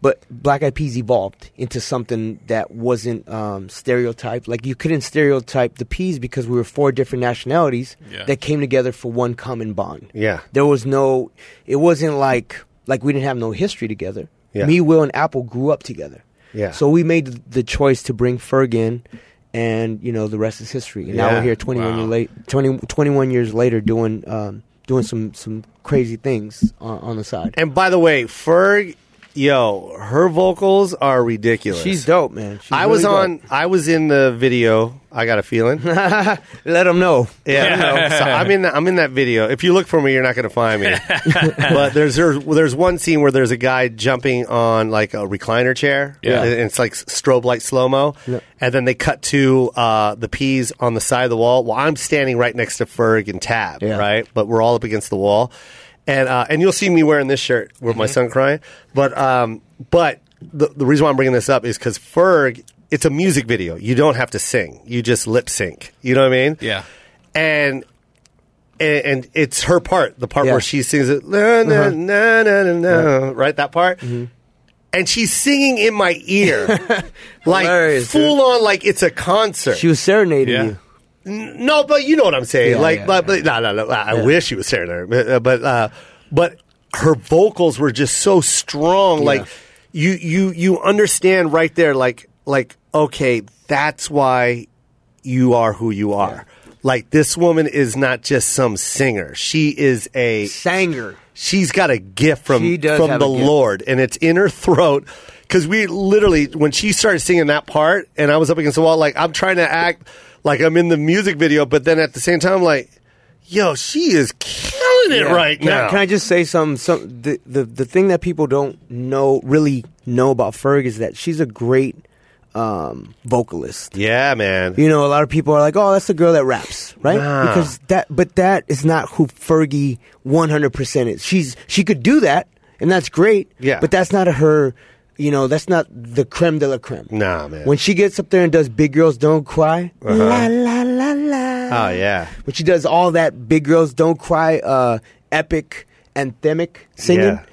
S2: But Black Eyed Peas evolved into something that wasn't um, stereotyped. Like you couldn't stereotype the Peas because we were four different nationalities
S3: Yeah.
S2: that came together for one common bond.
S1: Yeah.
S2: There was no. It wasn't like like we didn't have no history together.
S1: Yeah.
S2: Me, Will, and Apple grew up together.
S1: Yeah.
S2: So we made th- the choice to bring Ferg in, and you know the rest is history. And now
S1: Yeah.
S2: we're here, twenty one
S3: Wow.
S2: years late, 20, 21 years later, doing um, doing some some crazy things on, on the side.
S1: And by the way, Ferg, yo, her vocals are ridiculous.
S2: She's dope, man. She's
S1: I was
S2: really
S1: on.
S2: dope.
S1: I was in the video. I got a feeling.
S2: Let them know.
S1: Yeah, I know. so I'm in. I'm in that video. If you look for me, you're not going to find me. but there's, there's there's one scene where there's a guy jumping on like a recliner chair.
S3: Yeah.
S1: and it's like strobe light slow mo. And then they cut to uh, the peas on the side of the wall. Well, I'm standing right next to Ferg and Tab.
S2: Yeah.
S1: Right, but we're all up against the wall, and uh, and you'll see me wearing this shirt with my son crying. But um, but the the reason why I'm bringing this up is because Ferg. It's a music video. You don't have to sing. You just lip sync. You know what I mean?
S3: Yeah.
S1: and and, and it's her part, the part
S2: Yeah. Uh-huh.
S1: where she sings it, na, na, na, na, na, na, right? That part.
S2: Mm-hmm.
S1: And she's singing in my ear, like
S2: Hilarious,
S1: full on, like it's a concert.
S2: She was serenading
S3: Yeah.
S2: you.
S1: no, but you know what I'm saying.
S2: Yeah,
S1: like,
S2: yeah,
S1: but, but no, no, no. I I wish she was staring at her, but uh, but, uh, but her vocals were just so strong. Like, you you you understand right there. Like like okay, that's why you are who you are. Like this woman is not just some singer. She is a
S2: Sanger.
S1: She's got a gift from
S2: She does
S1: from
S2: have
S1: the
S2: a gift.
S1: Lord, and it's in her throat. Because we literally, when she started singing that part, and I was up against the wall, like I'm trying to act like I'm in the music video, but then at the same time, like, yo, she is killing it
S2: Yeah.
S1: right
S2: can
S1: now.
S2: I, can I just say some some the, the the thing that people don't know really know about Ferg is that she's a great um, vocalist.
S1: yeah, man.
S2: You know, a lot of people are like, "Oh, that's the girl that raps," right?
S1: Nah.
S2: Because that, but that is not who Fergie one hundred percent is. She's she could do that, and that's great.
S1: Yeah.
S2: but that's not her. You know, that's not the creme de la creme.
S1: Nah, Uh-huh. man.
S2: When she gets up there and does "Big Girls Don't Cry," la la la la,
S1: Oh yeah.
S2: But she does all that big girls don't cry, uh, epic anthemic singing.
S1: Yeah.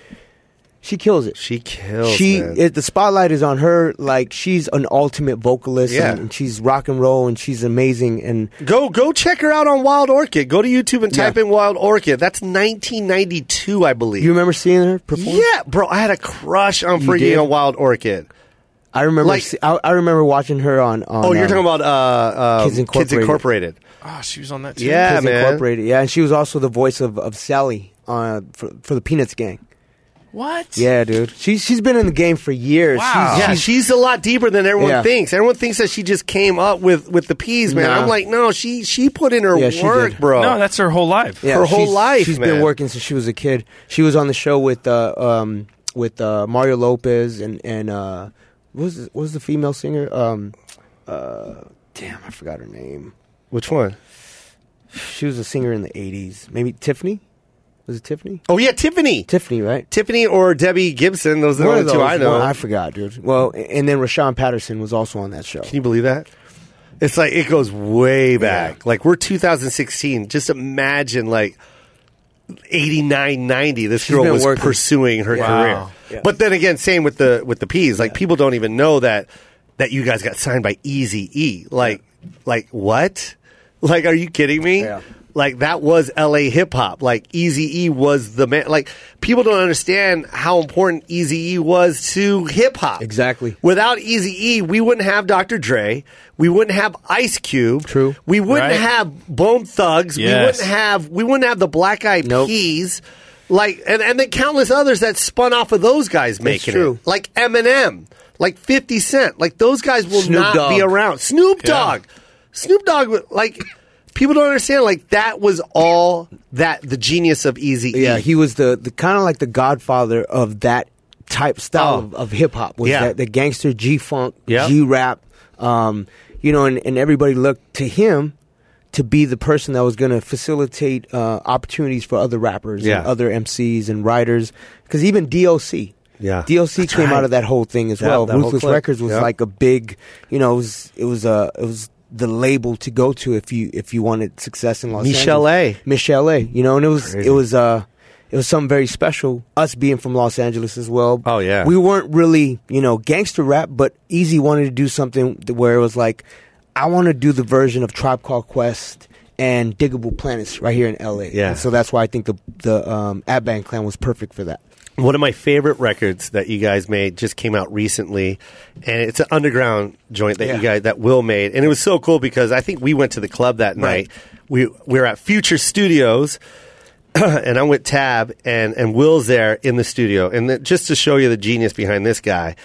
S2: She kills it.
S1: She kills.
S2: she
S1: man.
S2: it, the spotlight is on her. Like she's an ultimate vocalist,
S1: Yeah.
S2: and, and she's rock and roll, and she's amazing. And
S1: Go go check her out on Wild Orchid. Go to YouTube and type
S2: Yeah.
S1: in Wild Orchid. That's 1992, I believe.
S2: you remember seeing her perform?
S1: yeah, bro, I had a crush on
S2: You did?
S1: freaking on Wild Orchid.
S2: I remember.
S1: Like-
S2: se- I, I remember watching her on. on
S1: Oh, you're
S2: um,
S1: talking about uh, um,
S2: Kids Incorporated.
S1: Kids Incorporated.
S3: Oh, she was on that too.
S1: Yeah,
S2: Kids
S1: man.
S2: Incorporated. Yeah, and she was also the voice of, of Sally uh, for, for the Peanuts gang.
S3: What?
S2: Yeah, dude. She's she's been in the game for years.
S3: Wow.
S1: Yeah,
S2: Ah. She's,
S1: she's, a lot deeper than everyone
S2: Yeah.
S1: thinks. Everyone thinks that she just came up with with the peas, man.
S2: Nah.
S1: I'm like, no, she she put in her
S2: Yeah, she
S1: work,
S2: did.
S1: bro.
S3: No, that's her whole life.
S2: yeah,
S1: her whole
S2: she's-
S1: life,
S2: She's
S1: man.
S2: been working since she was a kid. She was on the show with uh, um with uh, Mario Lopez and and uh, what was what was the female singer? Um, uh, damn, I forgot her name.
S1: Which one?
S2: She was a singer in the '80s. Maybe Tiffany. Was it Tiffany?
S1: Oh yeah, Tiffany,
S2: Tiffany, right?
S1: Tiffany or Debbie Gibson. Those are the
S2: One
S1: only
S2: of those.
S1: two I know.
S2: One- I forgot, dude. Well, and then Rashawn Patterson was also on that show.
S1: Can you believe that? It's like it goes way back. Like we're 2016. Just imagine like 89, 90. This girl
S2: been
S1: was
S2: working.
S1: pursuing her
S2: Yeah.
S1: career.
S3: Wow.
S2: Yeah.
S1: But then again, same with the with the peas. Like people don't even know that that you guys got signed by Easy E. Like like what? Like are you kidding me?
S2: Yeah.
S1: Like that was LA hip hop. Like Easy E was the man. Like people don't understand how important Easy E was to hip hop.
S2: Exactly.
S1: Without Easy E, we wouldn't have Dr. Dre. We wouldn't have Ice Cube.
S2: True.
S1: We wouldn't
S3: Right.
S1: have Bone Thugs. We
S3: Yes.
S1: wouldn't have we wouldn't have the Black Eyed
S2: Nope.
S1: Peas. Like and, and then countless others that spun off of those guys making
S2: true.
S1: it. Like Eminem, like Fifty Cent. Like those guys will
S2: Snoop
S1: not
S2: Dogg.
S1: be around. Snoop Dogg. Snoop Dogg would- like people don't understand, like that was all that the genius of Easy
S2: Yeah, he was the, the kind of like the godfather of that type style
S1: Oh.
S2: of, of hip hop. Was
S1: Yeah.
S2: that the gangster G funk,
S1: Yeah.
S2: G rap, um, you know, and, and everybody looked to him to be the person that was going to facilitate uh, opportunities for other rappers
S1: Yeah.
S2: and other MCs and writers. Because even DOC.
S1: Yeah.
S2: DOC came out of that whole thing as
S1: Yeah,
S2: well.
S1: that whole
S2: Ruthless
S1: clip.
S2: Records was
S1: Yeah.
S2: like a big, you know, it was it was uh, it was the label to go to if you if you wanted success in Los
S1: Michelle
S2: Angeles.
S1: A.
S2: Michelle A. You know, and it was it was uh it was something very special. Us being from Los Angeles as well.
S1: Oh, yeah.
S2: we weren't really you know gangster rap, but Easy wanted to do something th- where it was like, I want to do the version of Tribe Called Quest and Diggable Planets right here in L.A.
S1: Yeah.
S2: And so that's why I think the the um, Abban Clan was perfect for that.
S1: one of my favorite records that you guys made just came out recently and it's an underground joint that
S2: Yeah.
S1: you guys that will made and it was so cool because i think we went to the club that
S2: Right.
S1: night we, we were at future studios and i'm with tab and, and will's there in the studio and then just to show you the genius behind this guy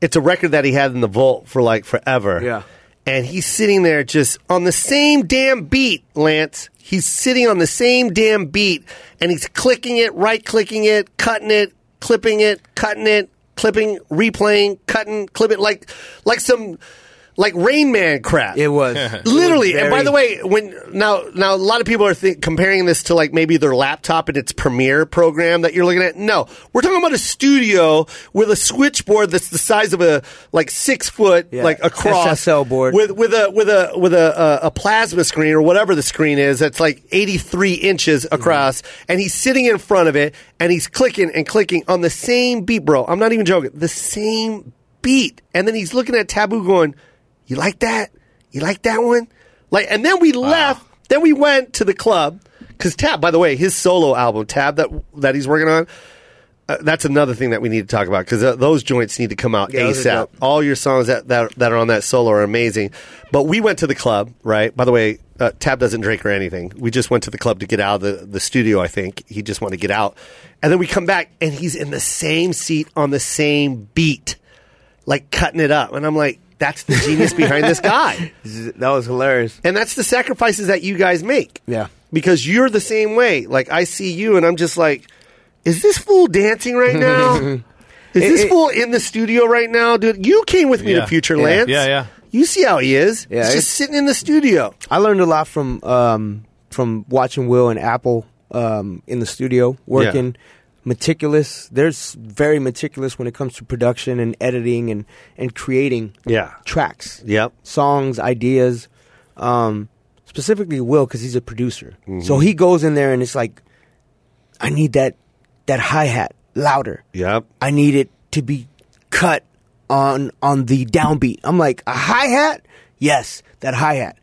S1: it's a record that he had in the vault for like forever
S2: Yeah.
S1: and he's sitting there just on the same damn beat, Lance. He's sitting on the same damn beat and he's clicking it, right clicking it, cutting it, clipping it, cutting it, clipping, replaying, cutting, clipping like like some like Rain Man crap.
S2: It was
S1: Literally, and by
S2: very-
S1: the way, when now now a lot of people are th- comparing this to like maybe their laptop and its Premiere program that you're looking at. No, we're talking about a studio with a switchboard that's the size of a like six foot
S2: Yeah,
S1: like across
S2: SSL board.
S1: with with a with a with a uh, a plasma screen or whatever the screen is that's like 83 inches
S2: Mm-hmm.
S1: across, and he's sitting in front of it and he's clicking and clicking on the same beat, bro. I'm not even joking, the same beat, and then he's looking at Taboo going, "You like that? You like that one?" Like, and then we left. Then we went to the club because Tab, by the way, his solo album Tab that that he's working on. Uh, that's another thing that we need to talk about because uh, those joints need to come out
S2: Yeah, those are
S1: ASAP.
S2: dope.
S1: All your songs that, that that are on that solo are amazing. But we went to the club, right? By the way, uh, Tab doesn't drink or anything. We just went to the club to get out of the, the studio, I think. He just wanted to get out. And then we come back and he's in the same seat on the same beat, like cutting it up. And I'm like, that's the genius behind this guy.
S2: that was hilarious.
S1: And that's the sacrifices that you guys make.
S2: Yeah.
S1: Because you're the same way. Like I see you and I'm just like, is this fool dancing right now? is this
S2: it-
S1: fool in the studio right now? Dude, you came with me
S3: Yeah.
S1: to Future
S3: Yeah.
S1: Lance.
S3: Yeah, yeah.
S1: You see how he is.
S2: Yeah,
S1: He's
S2: it's-
S1: just sitting in the studio.
S2: I learned a lot from um, from watching Will and Apple um, in the studio working. Meticulous. They're s- very meticulous when it comes to production and editing and and creating
S1: Yeah.
S2: tracks,
S1: Yep.
S2: songs, ideas. Um, specifically Will because he's a producer. So
S1: Mm-hmm.
S2: he goes in there and it's like, I need that that hi hat louder.
S1: Yep.
S2: I need it to be cut on on the downbeat. I'm like a hi hat. Yes, that hi hat.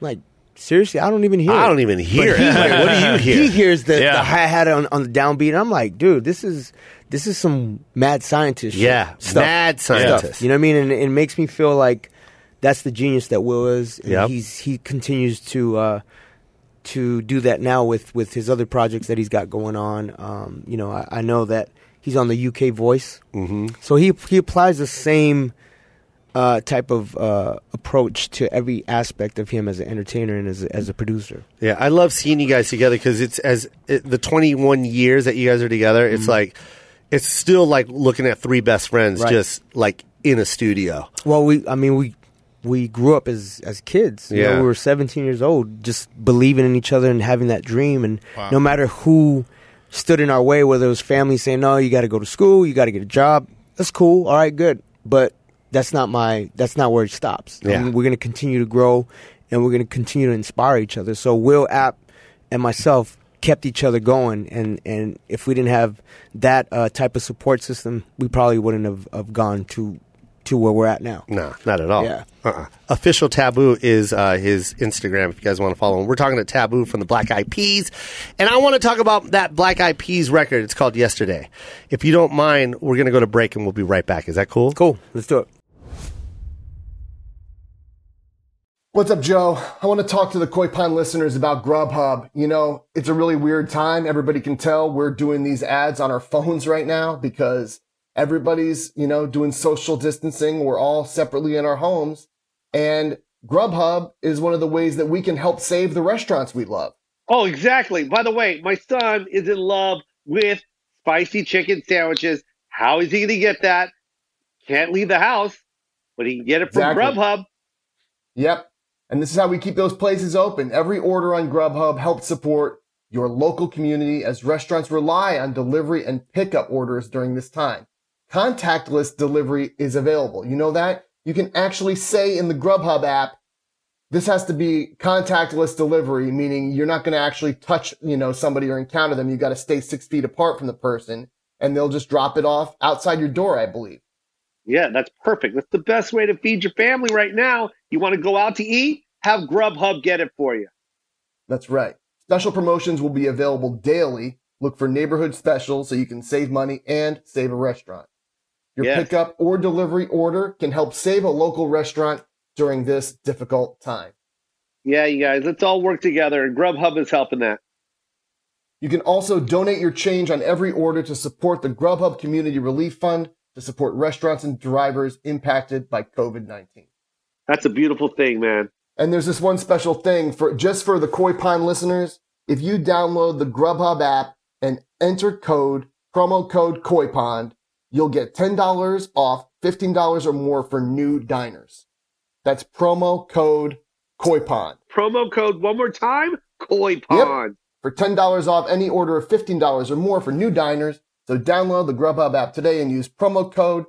S2: Like seriously, I don't even hear.
S1: I
S2: it.
S1: don't even hear
S2: But he-
S1: it. Like, what do you hear?
S2: He hears the,
S3: Yeah.
S2: the hi hat on, on the downbeat. and I'm like, dude, this is this is some mad scientist. shit.
S1: Yeah,
S2: stuff.
S1: mad
S2: Stuff.
S1: scientist.
S2: You know what I mean? And it makes me feel like that's the genius that Will is. And
S1: Yep.
S2: he's he continues to uh, to do that now with with his other projects that he's got going on. Um, you know, I, I know that he's on the UK Voice, mm-hmm. so he he applies the same uh, type of uh, approach to every aspect of him as an entertainer and as a, as a producer.
S1: Yeah, I love seeing you guys together because it's as it, the 21 years that you guys are together, it's like it's still like looking at three best friends
S2: Mm-hmm. Right.
S1: just like in a studio.
S2: Well, we I mean we we grew up as as kids. You know,
S1: Yeah.
S2: we were 17 years old, just believing in each other and having that dream. And no matter who stood in our way, whether it was family saying, "No, you got to go to school, you got to get a job," that's cool. All right, good, but that's not my that's not where it stops. I
S1: Yeah.
S2: mean, we're going to continue to grow, and we're going to continue to inspire each other. So Will App and myself kept each other going and and if we didn't have that uh, type of support system we probably wouldn't have, have gone to to where we're at now
S1: No, not at all.
S2: Yeah.
S1: Uh-uh. Official Taboo is uh, his Instagram if you guys want to follow him. We're talking to Taboo from the Black Eyed Peas. And I want to talk about that Black Eyed Peas record. It's called Yesterday. If you don't mind, we're going to go to break and we'll be right back. Is that cool?
S2: Cool. Let's do it.
S7: What's up, Joe? I want to talk to the Koi Pond listeners about Grubhub. You know, it's a really weird time. Everybody can tell we're doing these ads on our phones right now because everybody's, you know, doing social distancing. We're all separately in our homes. And Grubhub is one of the ways that we can help save the restaurants we love.
S8: Oh, exactly. By the way, my son is in love with spicy chicken sandwiches. How is he going to get that? Can't leave the house, but he can get it from
S7: Exactly.
S8: Grubhub.
S7: Yep. And this is how we keep those places open. Every order on Grubhub helps support your local community as restaurants rely on delivery and pickup orders during this time. Contactless delivery is available. You know that? You can actually say in the Grubhub app, this has to be contactless delivery, meaning you're not going to actually touch, you know, somebody or encounter them. You got to stay six feet apart from the person and they'll just drop it off outside your door, I believe.
S8: Yeah, that's perfect. That's the best way to feed your family right now. You want to go out to eat? Have Grubhub get it for you.
S7: That's right. Special promotions will be available daily. Look for neighborhood specials so you can save money and save a restaurant. Your
S8: Yes.
S7: pickup or delivery order can help save a local restaurant during this difficult time.
S8: Yeah, you guys, let's all work together, and Grubhub is helping that.
S7: You can also donate your change on every order to support the Grubhub Community Relief Fund to support restaurants and drivers impacted by COVID 19.
S8: That's a beautiful thing, man.
S7: And there's this one special thing for just for the Koi Pond listeners. If you download the Grubhub app and enter code promo code Koi Pond, you'll get $10 off $15 or more for new diners. That's promo code Koi Pond
S8: Promo code one more time Koi Pond.
S7: for $10 off any order of $15 or more for new diners. So download the Grubhub app today and use promo code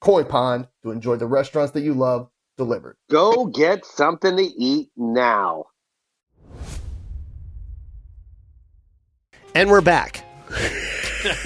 S7: Koi Pond to enjoy the restaurants that you love delivered.
S8: Go get something to eat now.
S1: And we're back. and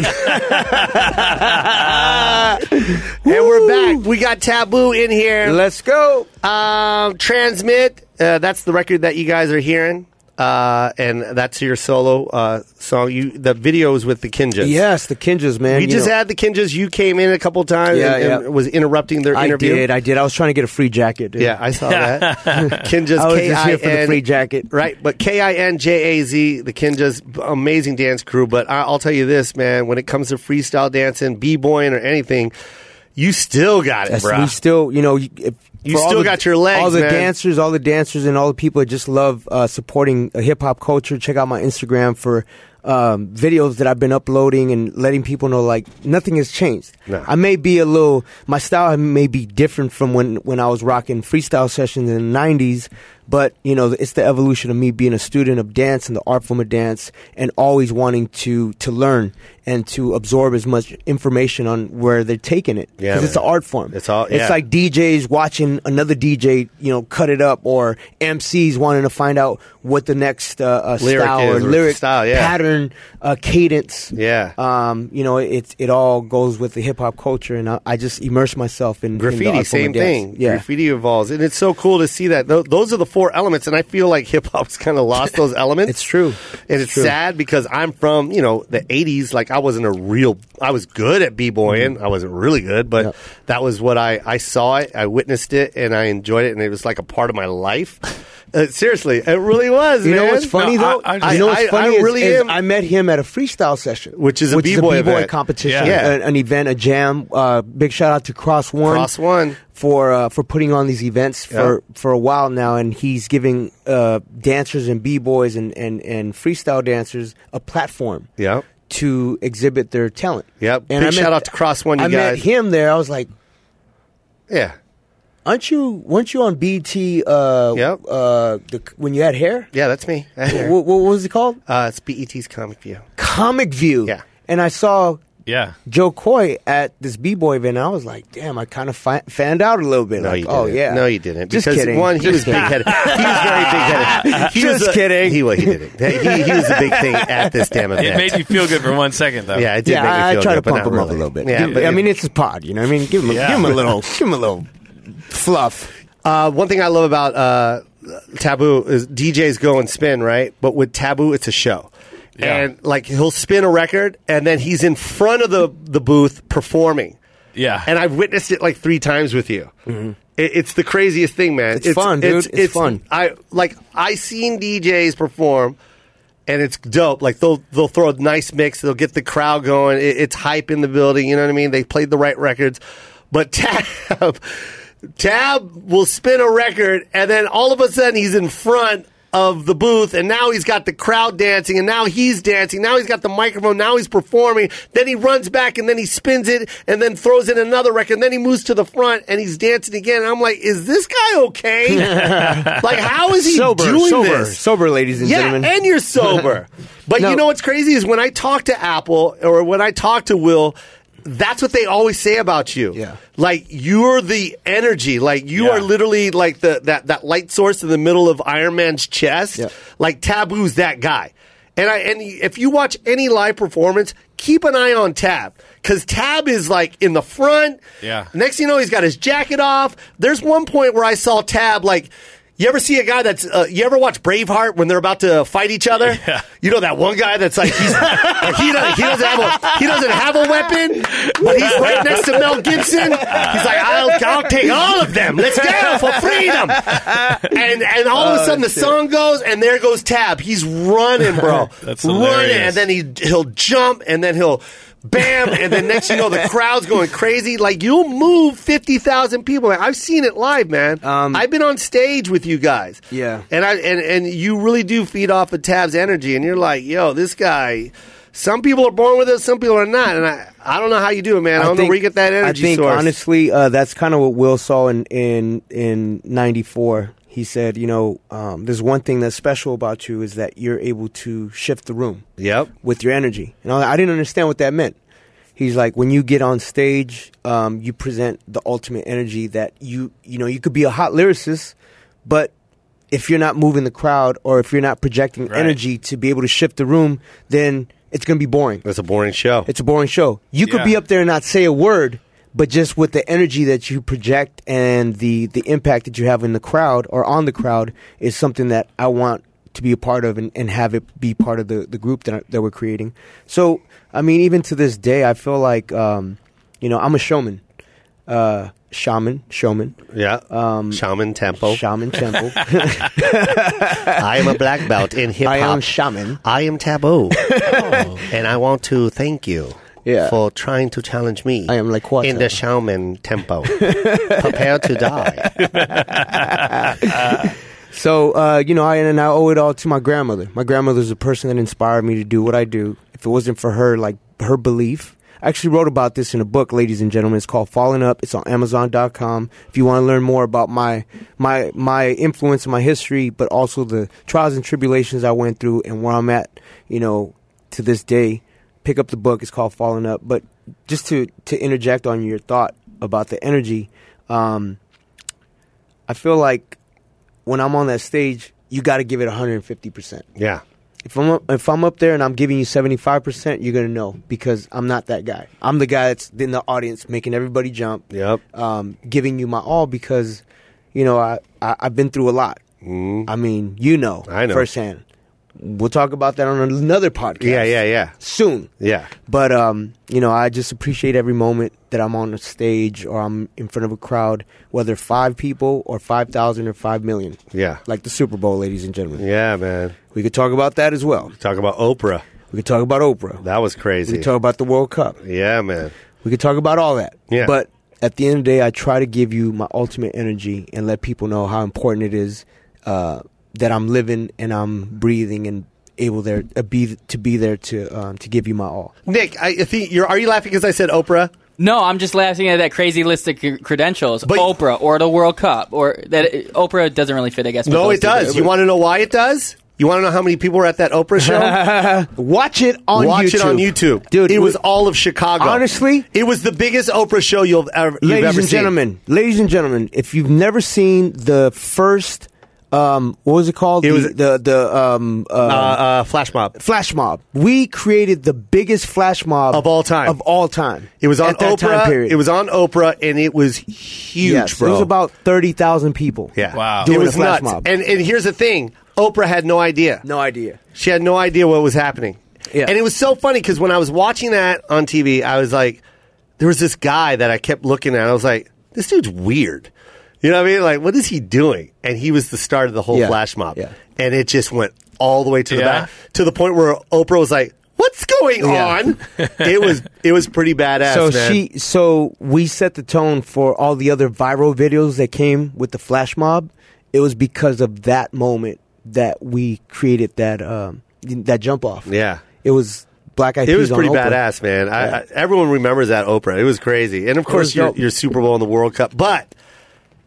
S1: we're back. We got Taboo in here.
S2: Let's go.
S1: Um, Transmit. Uh, that's the record that you guys are hearing. Uh, and that's your solo uh, song. You the video is with the Kinjas.
S2: Yes, the Kinjas, man.
S1: We
S2: you
S1: just
S2: know,
S1: had the Kinjas. You came in a couple times
S2: Yeah,
S1: and, and
S2: yeah.
S1: was interrupting their
S2: I
S1: interview.
S2: did. I did. I was trying to get a free jacket. Dude.
S1: Yeah, I saw that. Kinjas.
S2: I was
S1: K
S2: just
S1: I
S2: here for the free
S1: N
S2: jacket.
S1: Right, but K I N J A Z, the Kinja's b- amazing dance crew. But I, I'll tell you this, man, when it comes to freestyle dancing, b boying, or anything, you still got it,
S2: That's-
S1: bro.
S2: we still, you know, you- if,
S1: You
S2: for all
S1: still
S2: the-
S1: got your legs,
S2: All the
S1: man.
S2: dancers, all the dancers, and all the people that just love uh, supporting uh, hip hop culture. Check out my Instagram for um, videos that I've been uploading and letting people know like nothing has changed.
S1: No.
S2: I may be a little, my style may be different from when when I was rocking freestyle sessions in the '90s, But you know, it's the evolution of me being a student of dance and the art form of dance, and always wanting to to learn and to absorb as much information on where they're taking it
S1: Yeah,
S2: because it's an
S1: man.
S2: art form.
S1: It's all- yeah.
S2: It's like DJs watching another DJ, you know, cut it up, or MCs wanting to find out what the next uh, uh,
S1: Lyric
S2: style
S1: is
S2: or
S1: or
S2: lyric
S1: style, yeah.
S2: pattern, uh, cadence.
S1: Yeah.
S2: Um, you know, it it all goes with the hip hop culture, and I, I just immerse myself in in the art
S1: graffiti
S2: form
S1: same
S2: of dance.
S1: thing
S2: Yeah,
S1: graffiti evolves and it's so cool to see that Tho- those are the four elements and i feel like hip-hop's kind of lost those elements
S2: It's true.
S1: and
S2: It's
S1: it's
S2: true.
S1: sad because i'm from you know the 80s like i wasn't a real i was good at b-boying i wasn't really good but
S2: Mm-hmm. Yeah.
S1: that was what i i saw it i witnessed it and i enjoyed it and it was like a part of my life Uh, seriously it really was
S2: You know
S1: man.
S2: what's funny
S3: No, I-
S2: though?
S3: I'm just-
S2: you know what's
S1: I- I-
S2: funny
S1: I really
S2: is,
S1: am-
S2: is I met him at a freestyle session,
S1: Which is a B-boy event.
S2: competition,
S1: Yeah.
S2: An, an event, a jam. Uh, big shout out to Cross One,
S1: Cross One.
S2: for uh, for putting on these events for for a while now, and he's giving uh, dancers and b boys and, and and freestyle dancers a platform.
S1: Yeah.
S2: To exhibit their talent.
S1: Yep. Big shout out to Cross One, you
S2: I met
S1: guys.
S2: him there. I was like,
S1: yeah
S2: "Aren't you? Weren't you on BT? Uh,
S1: Yep.
S2: uh, the, when you had hair?
S1: yeah that's me
S2: What, what was it called?
S1: uh, it's bet's comic view
S2: Comic View.
S1: Yeah.
S2: And I saw
S3: Yeah.
S2: Joe Coy at this b boy event. And I was like, damn, I kind of fi- fanned out a little bit.
S1: No,
S2: like,
S1: you didn't.
S2: oh yeah,
S1: No, you didn't.
S2: Just
S1: because
S2: kidding.
S1: one, he was
S2: Just
S1: big
S2: kidding.
S1: headed. He was very big headed. He was
S2: Just
S1: a-
S2: kidding.
S1: He well, he did it. He, he was a big thing at this damn event.
S3: It made you feel good for one second, though.
S1: yeah, it did make me
S2: Yeah, I, I
S1: feel
S2: try
S1: good,
S2: to
S1: but
S2: pump
S1: not
S2: him up a
S1: really.
S2: little bit.
S1: Yeah,
S2: Give-
S1: but
S2: I
S1: it-
S2: mean, it's his pod. You know, what I mean, give him, a,
S3: Yeah.
S2: give him a little, give him a little fluff.
S1: Uh, one thing I love about uh, Taboo is DJs go and spin, right? But with Taboo, it's a show.
S3: Yeah.
S1: And like he'll spin a record, and then he's in front of the the booth performing.
S3: Yeah.
S1: and I've witnessed it like three times with you. It, it's the craziest thing, man.
S2: Mm-hmm. It's fun, dude. It's fun.
S1: I like I seen DJs perform, and it's dope. Like they'll they'll throw a nice mix. They'll get the crowd going. It, it's hype in the building. You know what I mean? They played the right records, but Tab Tab will spin a record, and then all of a sudden he's in front. Of the booth, and now he's got the crowd dancing, and now he's dancing, now he's got the microphone, now he's performing. Then he runs back, and then he spins it, and then throws in another record, and then he moves to the front, and he's dancing again. I'm like, is this guy okay? like, how is he
S2: sober,
S1: doing
S2: sober,
S1: this?
S2: sober, ladies and
S1: yeah,
S2: gentlemen.
S1: and you're sober. but
S2: No.
S1: you know what's crazy is when I talk to Apple or when I talk to Will, that's what they always say about you.
S2: Yeah.
S1: Like you're the energy. Like you
S3: Yeah.
S1: are literally like the that, that light source in the middle of Iron Man's chest.
S2: Yeah.
S1: Like Taboo's that guy. And I and if you watch any live performance, keep an eye on Tab. Cause Tab is like in the front.
S3: Yeah.
S1: Next thing you know, he's got his jacket off. There's one point where I saw Tab like. You ever see a guy that's? Uh, you ever watch Braveheart when they're about to fight each other? You know that one guy that's like he's, like, he, doesn't, he doesn't have a he doesn't have a weapon, but he's right next to Mel Gibson. He's like, I'll, I'll take all of them. Let's go for freedom. And and all
S3: Oh,
S1: of a sudden the song goes, and there goes Tab. He's running, bro.
S3: That's
S1: running, and
S3: hilarious.
S1: then he he'll jump, and then he'll. Bam! And then next you know the crowd's going crazy. Like you'll move fifty thousand people. I've seen it live, man.
S2: Um,
S1: I've been on stage with you guys.
S2: Yeah.
S1: and I and and you really do feed off of Tab's energy. And you're like, yo, this guy. Some people are born with it. Some people are not. And I I don't know how you do it, man. I, don't know where you get that energy
S2: I think
S1: source.
S2: honestly, uh, that's kind of what Will saw in in in '94. He said, you know, um, there's one thing that's special about you is that you're able to shift the room.
S1: Yep.
S2: With your energy, and I I didn't understand what that meant. He's like, when you get on stage, um, you present the ultimate energy that you you know you could be a hot lyricist, but if you're not moving the crowd or if you're not projecting
S3: Right.
S2: energy to be able to shift the room, then it's going to be boring.
S1: That's a boring show.
S2: It's a boring show. You could
S3: Yeah.
S2: be up there and not say a word, but just with the energy that you project and the the impact that you have in the crowd or on the crowd is something that I want to be a part of and, and have it be part of the, the group that, I, that we're creating. So, I mean, even to this day, I feel like, um, you know, I'm a showman. Uh, shaman, showman,
S1: yeah. Um, Shaman tempo.
S2: shaman temple.
S1: I am a black belt in hip hop.
S2: I am shaman.
S1: I am taboo, Oh. and I want to thank you
S2: Yeah.
S1: for trying to challenge me.
S2: I am like water.
S1: in the shaman tempo. Prepare to die.
S2: So uh, you know, I and I owe it all to my grandmother. My grandmother's the person that inspired me to do what I do. If it wasn't for her, like her belief, I actually wrote about this in a book, ladies and gentlemen. It's called Falling Up. It's on Amazon.com. If you want to learn more about my my my influence, and my history, but also the trials and tribulations I went through and where I'm at, you know, to this day, pick up the book. It's called Falling Up. But just to to interject on your thought about the energy, um, I feel like when I'm on that stage, you got to give it 150 percent
S1: Yeah.
S2: if I'm up, if I'm up there and I'm giving you 75%, you're going to know because I'm not that guy. I'm the guy that's in the audience making everybody jump.
S1: Yep.
S2: Um, giving you my all because you know, I, I I've been through a lot. I mean, you know,
S1: Mm-hmm. I know.
S2: firsthand. We'll talk about that on another podcast.
S1: Yeah, yeah, yeah.
S2: Soon.
S1: Yeah.
S2: But um, you know, I just appreciate every moment that I'm on a stage or I'm in front of a crowd, whether 5 people or 5,000 or 5 million.
S1: Yeah.
S2: Like the Super Bowl, ladies and gentlemen.
S1: Yeah, man.
S2: We could talk about that as well.
S1: Talk about Oprah.
S2: We could talk about Oprah.
S1: That was
S2: we
S1: crazy.
S2: could talk about the World Cup.
S1: yeah, man.
S2: We could talk about all that.
S1: Yeah.
S2: But at the end of the day, I try to give you my ultimate energy and let people know how important it is uh, that I'm living and I'm breathing and able there uh, be to be there to um, to give you my all.
S1: Nick, I I think you're. Are you laughing because I said Oprah?
S6: No, I'm just laughing at that crazy list of c- credentials.
S1: But-
S6: Oprah or the World Cup or that uh, Oprah doesn't really fit, I guess. with
S1: No,
S6: those
S1: it
S6: two
S1: does.
S6: groups.
S1: You want to know why it does? You want to know how many people were at that Oprah show?
S2: Watch it on
S1: Watch
S2: YouTube.
S1: it on YouTube,
S2: dude.
S1: It
S2: we-
S1: was all of Chicago.
S2: Honestly?
S1: it was the biggest Oprah show you'll ever, you've
S2: ladies
S1: ever
S2: and
S1: seen.
S2: gentlemen, ladies and gentlemen. If you've never seen the first, um, what was it called?
S1: It
S2: the,
S1: was-
S2: the the um,
S1: Uh,
S2: uh,
S1: uh, flash mob.
S2: flash mob. We created the biggest flash mob
S1: Of all time.
S2: Of all time.
S1: It was on
S2: At that
S1: Oprah.
S2: Time period.
S1: It was on Oprah, and it was huge,
S2: yes,
S1: bro.
S2: It was about thirty thousand people.
S1: yeah,
S3: Wow.
S1: It
S2: Doing
S1: was
S2: a flash
S1: nuts.
S2: mob.
S1: And and here's the thing: Oprah had no idea.
S2: No idea.
S1: She had no idea what was happening.
S2: Yeah.
S1: And it was so funny because when I was watching that on TV, I was like, there was this guy that I kept looking at. I was like, this dude's weird. You know what I mean? Like, what is he doing? And he was the start of the whole
S2: Yeah.
S1: flash mob.
S2: Yeah.
S1: And it just went all the way to the
S3: Yeah.
S1: back to the point where Oprah was like, What's going
S2: Yeah.
S1: on? it was it was pretty badass.
S2: so
S1: man.
S2: she, so we set the tone for all the other viral videos that came with the flash mob. It was because of that moment that we created that um, that jump off.
S1: Yeah.
S2: it was black eyed.
S1: It was
S2: Peas on
S1: pretty
S2: Oprah.
S1: badass, man. I, I, everyone remembers that Oprah. It was crazy, and of course
S2: was
S1: your,
S2: dope.
S1: your Super Bowl and the World Cup. But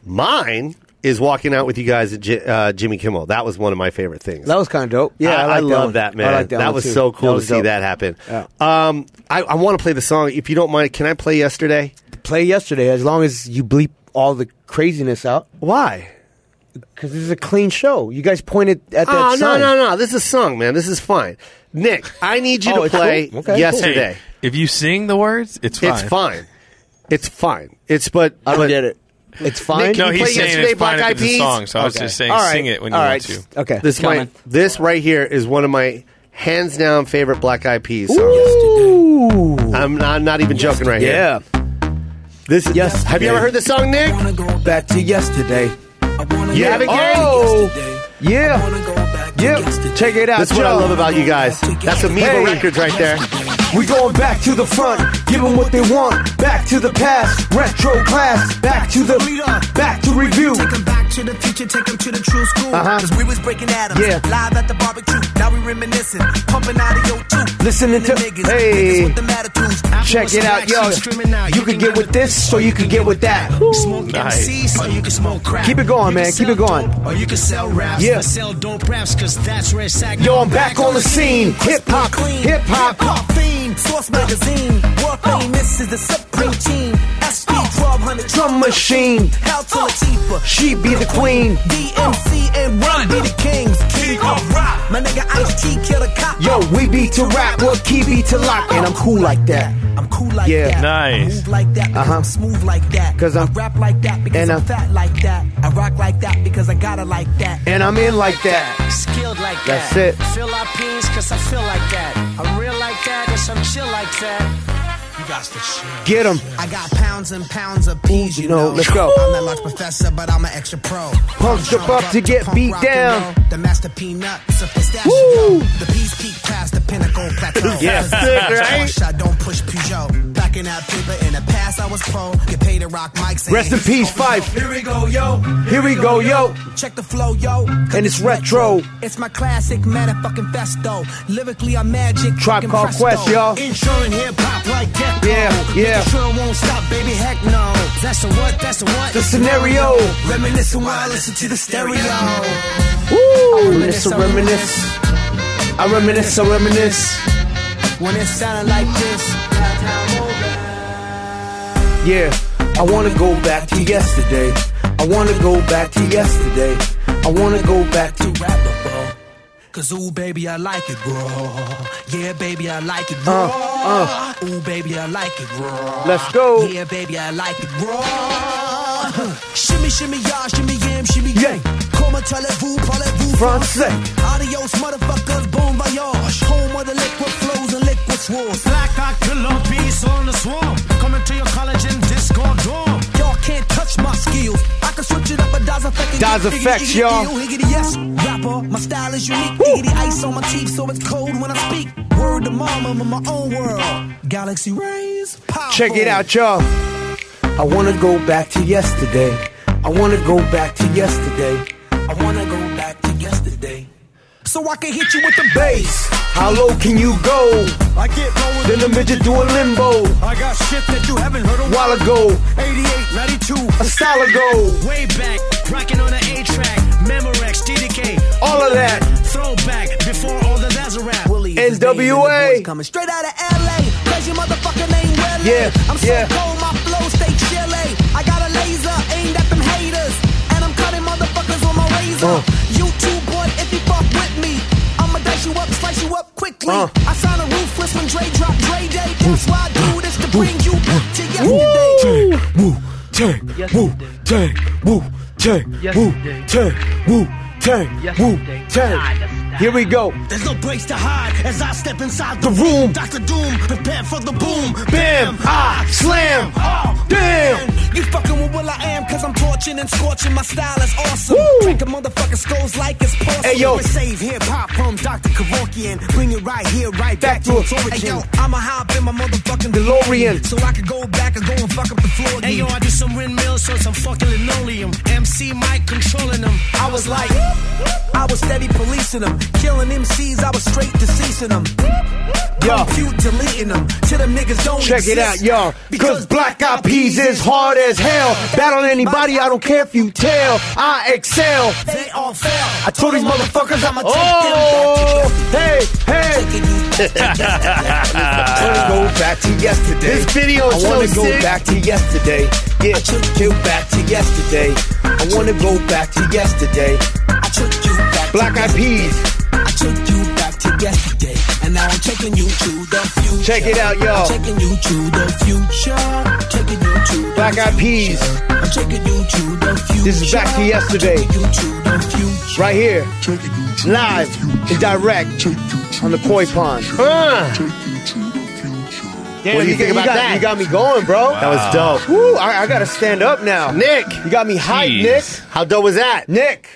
S1: mine is walking out with you guys at J- uh, Jimmy Kimmel. That was one of my favorite things.
S2: That was kind of dope. Yeah, I,
S1: I, I
S2: like
S1: love
S2: one.
S1: that, man.
S2: I like that, one,
S1: was
S2: too.
S1: so cool
S2: was
S1: to see
S2: dope.
S1: that happen. Um, I, I want to play the song. If you don't mind, can I play yesterday?
S2: Play yesterday, as long as you bleep all the craziness out.
S1: Why?
S2: Because this is a clean show. You guys pointed at that
S1: Oh no,
S2: sign.
S1: no, no! This is a song, man. This is fine. Nick, I need you
S2: Oh,
S1: to
S2: it's cool?
S1: play
S2: Okay, cool.
S1: yesterday.
S3: if you sing the words, it's fine.
S1: It's fine. It's fine. It's but
S2: I
S1: but-
S2: don't get it. It's fine.
S1: Nick,
S3: No,
S1: You
S3: he's
S1: play
S3: saying
S1: yesterday,
S3: it's fine
S1: Black
S3: if it's
S1: Eyed
S3: a
S1: Peas?
S3: song. So I was
S2: Okay.
S3: just saying,
S2: All right.
S3: sing it when you
S2: All
S3: want
S2: right.
S3: to.
S2: Okay.
S1: This
S6: Coming.
S1: might, this right here is one of my hands down favorite Black Eyed Peas songs.
S2: Ooh.
S1: I'm not, I'm not even joking right here.
S2: Yeah.
S1: This is,
S2: Yes.
S1: Have you ever heard this song, Nick?
S2: Back to yesterday.
S1: You haven't, Gary?
S2: Oh. Yeah. Yep. Check it out.
S1: That's what I
S2: y'all.
S1: love about you guys. That's Amoeba
S2: Hey.
S1: Records right there.
S2: We going back to the front, give 'em what they want. Back to the past, retro class. Back to the leader, back to review.
S9: Take 'em back to the future, take 'em to the true school.
S2: Uh-huh.
S9: Cause we was breaking atoms,
S2: Yeah.
S9: live at the barbecue. Now we reminiscing, pumping out of your tooth.
S2: Listening to-
S9: niggas,
S2: Hey.
S9: niggas with them attitudes. Apple
S2: Check it out,
S9: extraction,
S2: yo.
S9: screaming out,
S2: You can get with this, so you can get with that.
S9: Smoke
S3: Nice.
S9: MCs, so you can smoke crack.
S2: Keep it going,
S9: You can
S2: man. Keep
S9: sell
S2: it going.
S9: dope, Or you can sell raps.
S2: Yeah.
S9: But sell dope raps, cause that's where it's at.
S2: Yo, I'm back on the scene. Hip hop, hip hop.
S9: Fiend, Source Magazine, War
S2: Oh.
S9: Fame, this is the Supreme Team. SP 1200,
S2: Drum machine,
S9: Hell to Latifah.
S2: she be the queen. Oh.
S9: DMC and Run be the kings. King of rock. My nigga Ice T kill a cop.
S2: Yo, we be to rap, what key be to lock, and I'm cool like that.
S9: I'm cool like
S2: Yeah.
S9: that.
S3: Nice.
S9: I move like that because
S2: Uh-huh.
S9: I'm smooth like that.
S2: 'Cause I'm-
S9: I rap like that because
S2: and
S9: I'm
S2: I'm-
S9: fat like that. I rock like that because I gotta like that.
S2: And I'm in like that.
S9: Skilled like
S2: That's
S9: that.
S2: it.
S9: Feel our peas because I feel like that. I'm real like that because I'm chill like that. You got to chill.
S2: Get 'em.
S9: I got pounds and pounds of peas,
S2: you
S9: you
S2: know,
S9: know.
S2: let's go.
S9: I'm that large professor, but I'm an extra pro.
S2: Pumped up up to get
S9: Punk
S2: beat
S9: rock and
S2: down.
S9: roll, The master peanut, it's a pistachio.
S2: Woo!
S9: The peas peak past the pinnacle plateau.
S1: Yeah, sick, right?
S9: I don't push Peugeot. Stacking out paper in the past, I was pro. Get paid to rock mics. and-
S2: Rest in peace, Fife.
S9: Here we go, yo.
S2: Here we go, yo.
S9: Check the flow, yo.
S2: And it's retro.
S9: It's my classic meta fucking festo. Lyrically, I'm magic.
S2: Tribe
S9: fucking
S2: Called
S9: presto.
S2: Quest, y'all.
S9: Ensuring hip hop like gecko.
S2: Yeah, yeah.
S9: Making sure it won't stop, baby. Heck no. That's the what, that's the what.
S2: The scenario.
S9: Reminiscing while I listen to the stereo.
S2: Woo! It's a reminisce. I reminisce, I reminisce.
S9: When it's sounding like this.
S2: Yeah, I wanna go back to yesterday. I wanna go back to yesterday. I wanna go back to.
S9: Rappable. Cause ooh, baby, I like it raw. Yeah, baby, I like it raw. Ooh, baby, I like it raw.
S2: Uh, Let's go.
S9: Yeah, baby, I like it raw. shimmy, shimmy, y'all, shimmy, yam, shimmy, yam.
S2: Yeah.
S9: Comment, parlez-vous, parlez-vous
S2: Français.
S9: Adios, motherfuckers, bon voyage. Home of the liquid flows and liquid swords. Black I kill on peace on the swarm. Coming to your college in Discord dorm. Y'all can't touch my skills. I can switch it up a Daz effect. and
S2: Daz
S9: get
S2: effects,
S9: iggity, iggity,
S2: y'all.
S9: ill. Higgity, yes. Rapper, my style is unique. Higgity, ice on my teeth, so it's cold when I speak. Word to mama, I'm in my own world. Galaxy rays, powerful.
S2: Check it out, y'all. I wanna go back to yesterday. I wanna go back to yesterday.
S9: I wanna go back to yesterday. So I can hit you with the bass.
S2: Bass, how low can you go?
S9: I get lower
S2: Then a midget doing limbo.
S9: I got shit that you haven't heard a
S2: While ago,
S9: 88, 92.
S2: a style ago,
S9: Way back, rocking on the A track, Memorex, DDK,
S2: all of that.
S9: throwback, before all the that's a rap. Willie
S2: is his name, and the NWA. boys
S9: coming straight out of LA. Cause your motherfucking name Willie.
S2: Yeah,
S9: I'm so
S2: yeah.
S9: cold, my flow stay chilly. I got a laser aimed at them haters. And I'm cutting motherfuckers with my
S2: Uh.
S9: razor. You too, boy, if you fuck with me. I'ma dice you up, slice you up quickly.
S2: Uh.
S9: I sound a ruthless when Dre drop Dre Day. That's why I do this to bring you back to yesterday.
S2: Wu Tang, Wu Tang, Wu Tang, Wu Tang, Wu Tang, Wu Tang. Here we go.
S9: There's no place to hide as I step inside the
S2: The room.
S9: Dr. Doom, prepare for the boom. Oh,
S2: Bam, ah, slam, ah, damn.
S9: You fucking with Will I Am, cause I'm torching and scorching. My style is awesome.
S2: Woo!
S9: Breaking motherfucking skulls like it's porcelain.
S2: Hey, yo.
S9: We Save hip hop from Dr. Kevorkian. Bring it right here, right
S2: Back
S9: back, to
S2: to
S9: its
S2: it.
S9: origin. Hey, yo, I'ma hop in my motherfucking
S2: DeLorean.
S9: So I could go back and go and fuck up the floor again.
S10: Hey yo, I do some windmills on some fucking linoleum. MC Mike controlling them.
S9: I was like, I was steady policing them. Killing MCs, I was straight deceasing them.
S2: Yo.
S9: Compute deleting them. Till them niggas don't
S2: Check it out,
S9: exist.
S2: y'all. Cause black eyed peas is hard as hell. Battle anybody, I don't care if you tell. I excel.
S9: They all fail.
S2: I told these motherfuckers I'ma take
S9: Oh!
S2: them back to Hey, hey. I wanna go back to yesterday.
S1: This video is
S2: I wanna
S1: so
S2: go
S1: sick.
S2: back to yesterday. Yeah, go back to yesterday. I wanna go back to yesterday.
S9: I took you back.
S2: Black
S9: to
S2: Eyed Peas.
S9: yesterday. I took you back to yesterday, and now I'm taking you to the future.
S2: Check it out, y'all.
S9: I'm taking you to the future. Taking you to the
S2: Black Eyed Peas.
S9: future. I'm taking you to the future.
S2: This is back to yesterday.
S9: Taking you to the future.
S2: Right here. Live and direct on the koi pond.
S1: Uh.
S2: Damn,
S1: What do you think about
S2: got,
S1: that?
S2: You got me going, bro.
S1: That was dope.
S2: Woo, I, I gotta stand up now.
S1: Nick,
S2: You got me hyped, Nick.
S3: Jeez.
S1: how dope was that?
S2: Nick.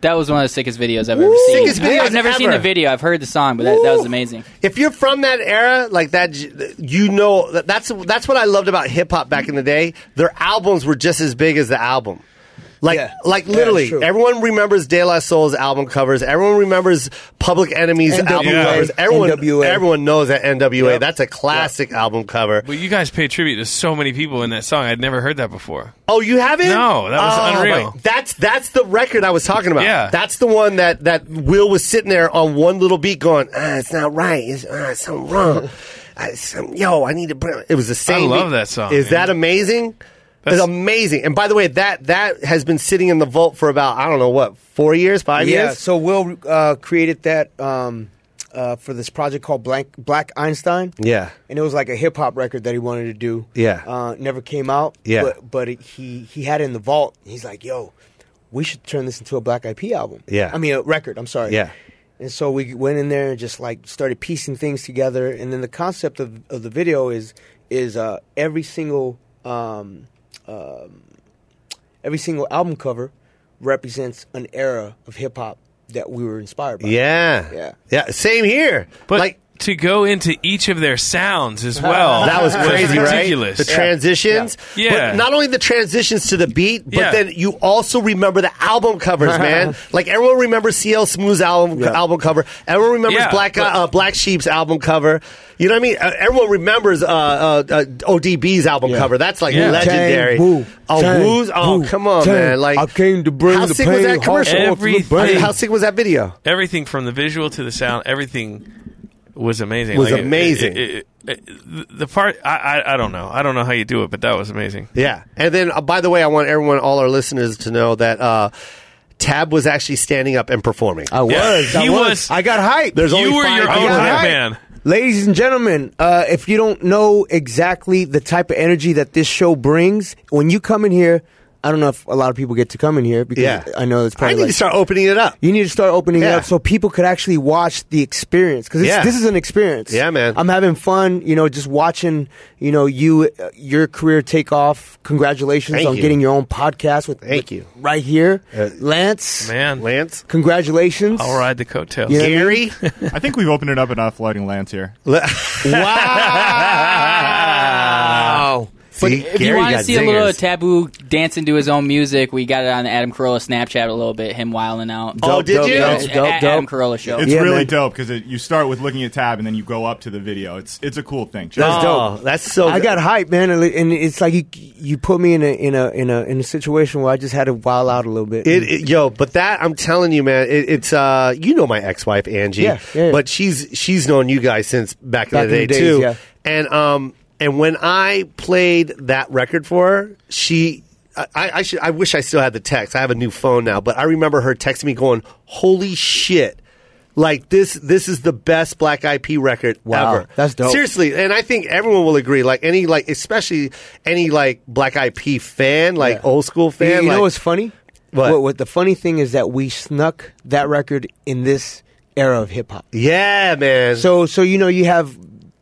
S6: That was one of the sickest videos I've ever seen.
S1: Sickest videos
S6: I've never seen
S1: ever.
S6: the video. I've heard the song, but that, that was amazing.
S1: If you're from that era, like that, j- you know that- that's that's what I loved about hip hop back in the day. Their albums were just as big as the album. Like,
S2: Yeah.
S1: like
S2: Yeah,
S1: literally,
S2: it's true.
S1: everyone remembers De La Soul's album covers. Everyone remembers Public Enemy's album
S2: NWA.
S1: covers. Everyone,
S2: NWA.
S1: everyone knows that NWA.
S2: Yep.
S1: That's a classic album cover.
S3: But you guys pay tribute to so many people in that song. I'd never heard that before.
S1: Oh, you haven't?
S3: No, that was
S1: Oh,
S3: unreal.
S1: my- That's that's the record I was talking about.
S3: Yeah.
S1: that's the one that that Will was sitting there on one little beat going, ah, it's not right. It's ah, something wrong. I, some, yo, I need to. Bring, it was the same.
S3: love
S1: beat.
S3: that song,
S1: Is
S3: man.
S1: that amazing?
S3: That's-
S1: it's amazing. And by the way, that that has been sitting in the vault for about I don't know what four years, five
S2: yeah,
S1: years.
S2: so Will uh, created that um, uh, for this project called Blank, Black Einstein.
S1: Yeah.
S2: And it was like a hip hop record that he wanted to do.
S1: Yeah.
S2: Uh, never came out.
S1: Yeah.
S2: But, but it, he, he had it in the vault. He's like, yo, we should turn this into a Black IP album.
S1: Yeah.
S2: I mean, a record, I'm sorry.
S1: Yeah.
S2: And so we went in there and just like started piecing things together. And then the concept of, of the video is is uh, every single um, every single album cover represents an era of hip hop that we were inspired by.
S1: Yeah.
S2: Yeah.
S1: Yeah. Same here.
S3: But
S1: like
S3: to go into each of their sounds as well.
S1: Oh, that was crazy,
S3: ridiculous.
S1: right? The transitions,
S3: Yeah. Yeah.
S1: But not only the transitions to the beat, but
S3: Yeah.
S1: then you also remember the album covers, man. like everyone remembers CL Smooth's album album cover. Everyone remembers
S3: Yeah,
S1: Black
S3: but-
S1: uh, Black Sheep's album cover. You know what I mean? Uh, everyone remembers uh, uh, uh, ODB's album cover. That's like
S2: Yeah.
S1: legendary.
S2: Tang, woo,
S1: oh,
S2: tang,
S1: woo's? Oh,
S2: woo,
S1: come on,
S2: tang.
S1: man! Like
S2: I came to bring
S1: how
S2: the
S1: sick was
S2: pain,
S1: that commercial?
S2: heart
S3: Everything.
S1: I mean, how sick was that video?
S3: everything from the visual to the sound, everything was amazing.
S1: Was
S3: Like, it-
S1: amazing.
S3: it- it- it- the part, I, I, I don't know. I don't know how you do it, but that was amazing.
S1: Yeah. And then, uh, by the way, I want everyone, all our listeners, to know that uh, Tab was actually standing up and performing.
S11: Oh,
S2: I was.
S3: Yeah,
S2: I
S3: he
S2: was.
S3: was-
S2: I got hyped.
S1: There's only
S3: you were
S1: five
S3: your
S1: people.
S3: own
S2: Yeah,
S1: that-
S2: right.
S3: hitman.
S2: Ladies and gentlemen, uh, if you don't know exactly the type of energy that this show brings, when you come in here, I don't know if a lot of people get to come in here because
S1: Yeah.
S2: I know it's
S1: I
S2: probably
S1: need
S2: like-
S1: to start opening it up.
S2: You need to start opening it
S1: Yeah.
S2: up so people could actually watch the experience because
S1: Yeah.
S2: this is an experience.
S1: Yeah, man.
S2: I'm having fun, you know, just watching, you know, you uh, your career take off. Congratulations
S1: Thank
S2: on
S1: you.
S2: getting your own podcast with
S1: Thank
S2: with-
S1: you.
S2: right here,
S1: Uh,
S2: Lance.
S3: Man,
S1: Lance?
S2: Congratulations!
S3: I'll ride the coattails.
S2: Yeah.
S1: Gary?
S11: I think we've opened it up enough lighting lands here.
S2: wow!
S6: But
S1: See,
S6: if you
S1: Gary
S6: want to
S1: got
S6: see a little
S1: zingers.
S6: taboo dancing to his own music, we got it on Adam Carolla Snapchat a little bit, him wilding out.
S1: Oh, did you?
S6: It's
S2: Dope, dope,
S6: at Adam
S2: dope.
S6: Carolla show.
S11: It's
S2: Yeah,
S11: really
S2: man.
S11: dope because you start with looking at tab and then you go up to the video. It's it's a cool thing. Check it
S1: That's
S11: out.
S1: dope. that's so
S2: I
S1: good.
S2: got hype, man, and and it's like you you put me in a in a in a in a situation where I just had to wild out a little bit.
S1: It, it- yo, but that I'm telling you, man, it, it's uh, you know my ex-wife Angie,
S2: Yeah, yeah, yeah.
S1: but she's she's known you guys since back,
S2: Back
S1: in the day
S2: in the days,
S1: too,
S2: yeah.
S1: and um, and when I played that record for her, she. I, I should. I wish I still had the text. I have a new phone now, but I remember her texting me going, "Holy shit! Like this. This is the best Black IP record
S2: Wow,
S1: ever.
S2: that's dope.
S1: Seriously, seriously, and I think everyone will agree. Like any, like especially any like Black IP fan, like old school
S2: You-
S1: fan.
S2: You
S1: like,
S2: know what's funny?
S1: What?
S2: what? What the funny thing is that we snuck that record in this era of hip hop.
S1: Yeah, man.
S2: So so you know you have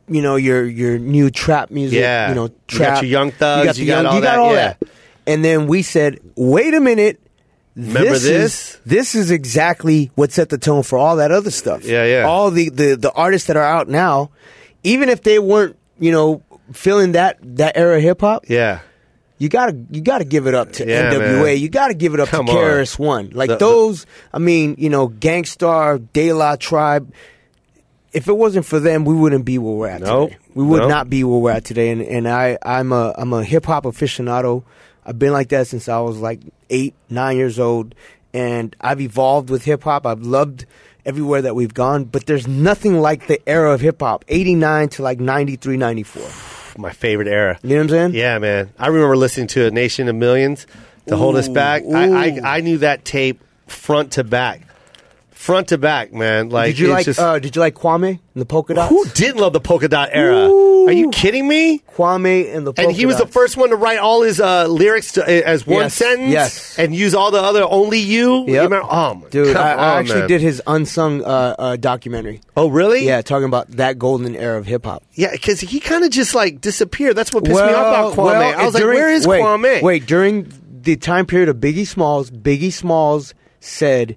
S2: you know your your new trap music.
S1: Yeah.
S2: You
S1: You
S2: know
S1: got
S2: trap.
S1: your Young Thugs, you got all
S2: you got
S1: that,
S2: all
S1: yeah.
S2: that. And then we said, wait a minute.
S1: Remember
S2: Is, this is exactly what set the tone for all that other stuff.
S1: Yeah, yeah.
S2: All the, the, the artists that are out now, even if they weren't, you know, feeling that that era of hip hop,
S1: yeah,
S2: you gotta you gotta give it up to
S1: Yeah,
S2: NWA.
S1: man.
S2: You gotta give it up
S1: Come
S2: to
S1: on.
S2: Karis One. Like
S1: The- the-
S2: those, I mean, you know, Gangstar, De La Tribe. If it wasn't for them, we wouldn't be where we're at
S1: Nope.
S2: today. We would
S1: Nope.
S2: not be where we're at today. And and I I'm a I'm a hip hop aficionado. I've been like that since I was like eight nine years old, and I've evolved with hip hop. I've loved everywhere that we've gone, but there's nothing like the era of hip hop, eighty nine to like 93, 94.
S1: my favorite era.
S2: You know what I'm saying?
S1: Yeah, man. I remember listening to A Nation of Millions to hold us back. I, I I knew that tape front to back, front to back, man. Like
S2: Did you
S1: it's
S2: like
S1: just-
S2: uh, Did you like Kwame and the polka dots?
S1: who didn't love the polka dot era? Are you kidding me?
S2: Kwame and the polka
S1: And he was the
S2: dots.
S1: first one to write all his uh, lyrics to, as one
S2: Yes,
S1: sentence
S2: yes.
S1: and use all the other only you. You
S2: Yep.
S1: remember? Oh, my
S2: Dude,
S1: come
S2: I, I
S1: on,
S2: actually
S1: man.
S2: did his unsung uh, uh, documentary.
S1: Oh, really?
S2: Yeah, talking about that golden era of hip hop.
S1: Yeah, because he kind of just like disappeared. That's what pissed me off about Kwame.
S2: well,
S1: I was like,
S2: during-
S1: where is
S2: wait,
S1: Kwame?
S2: Wait, during the time period of Biggie Smalls, Biggie Smalls said,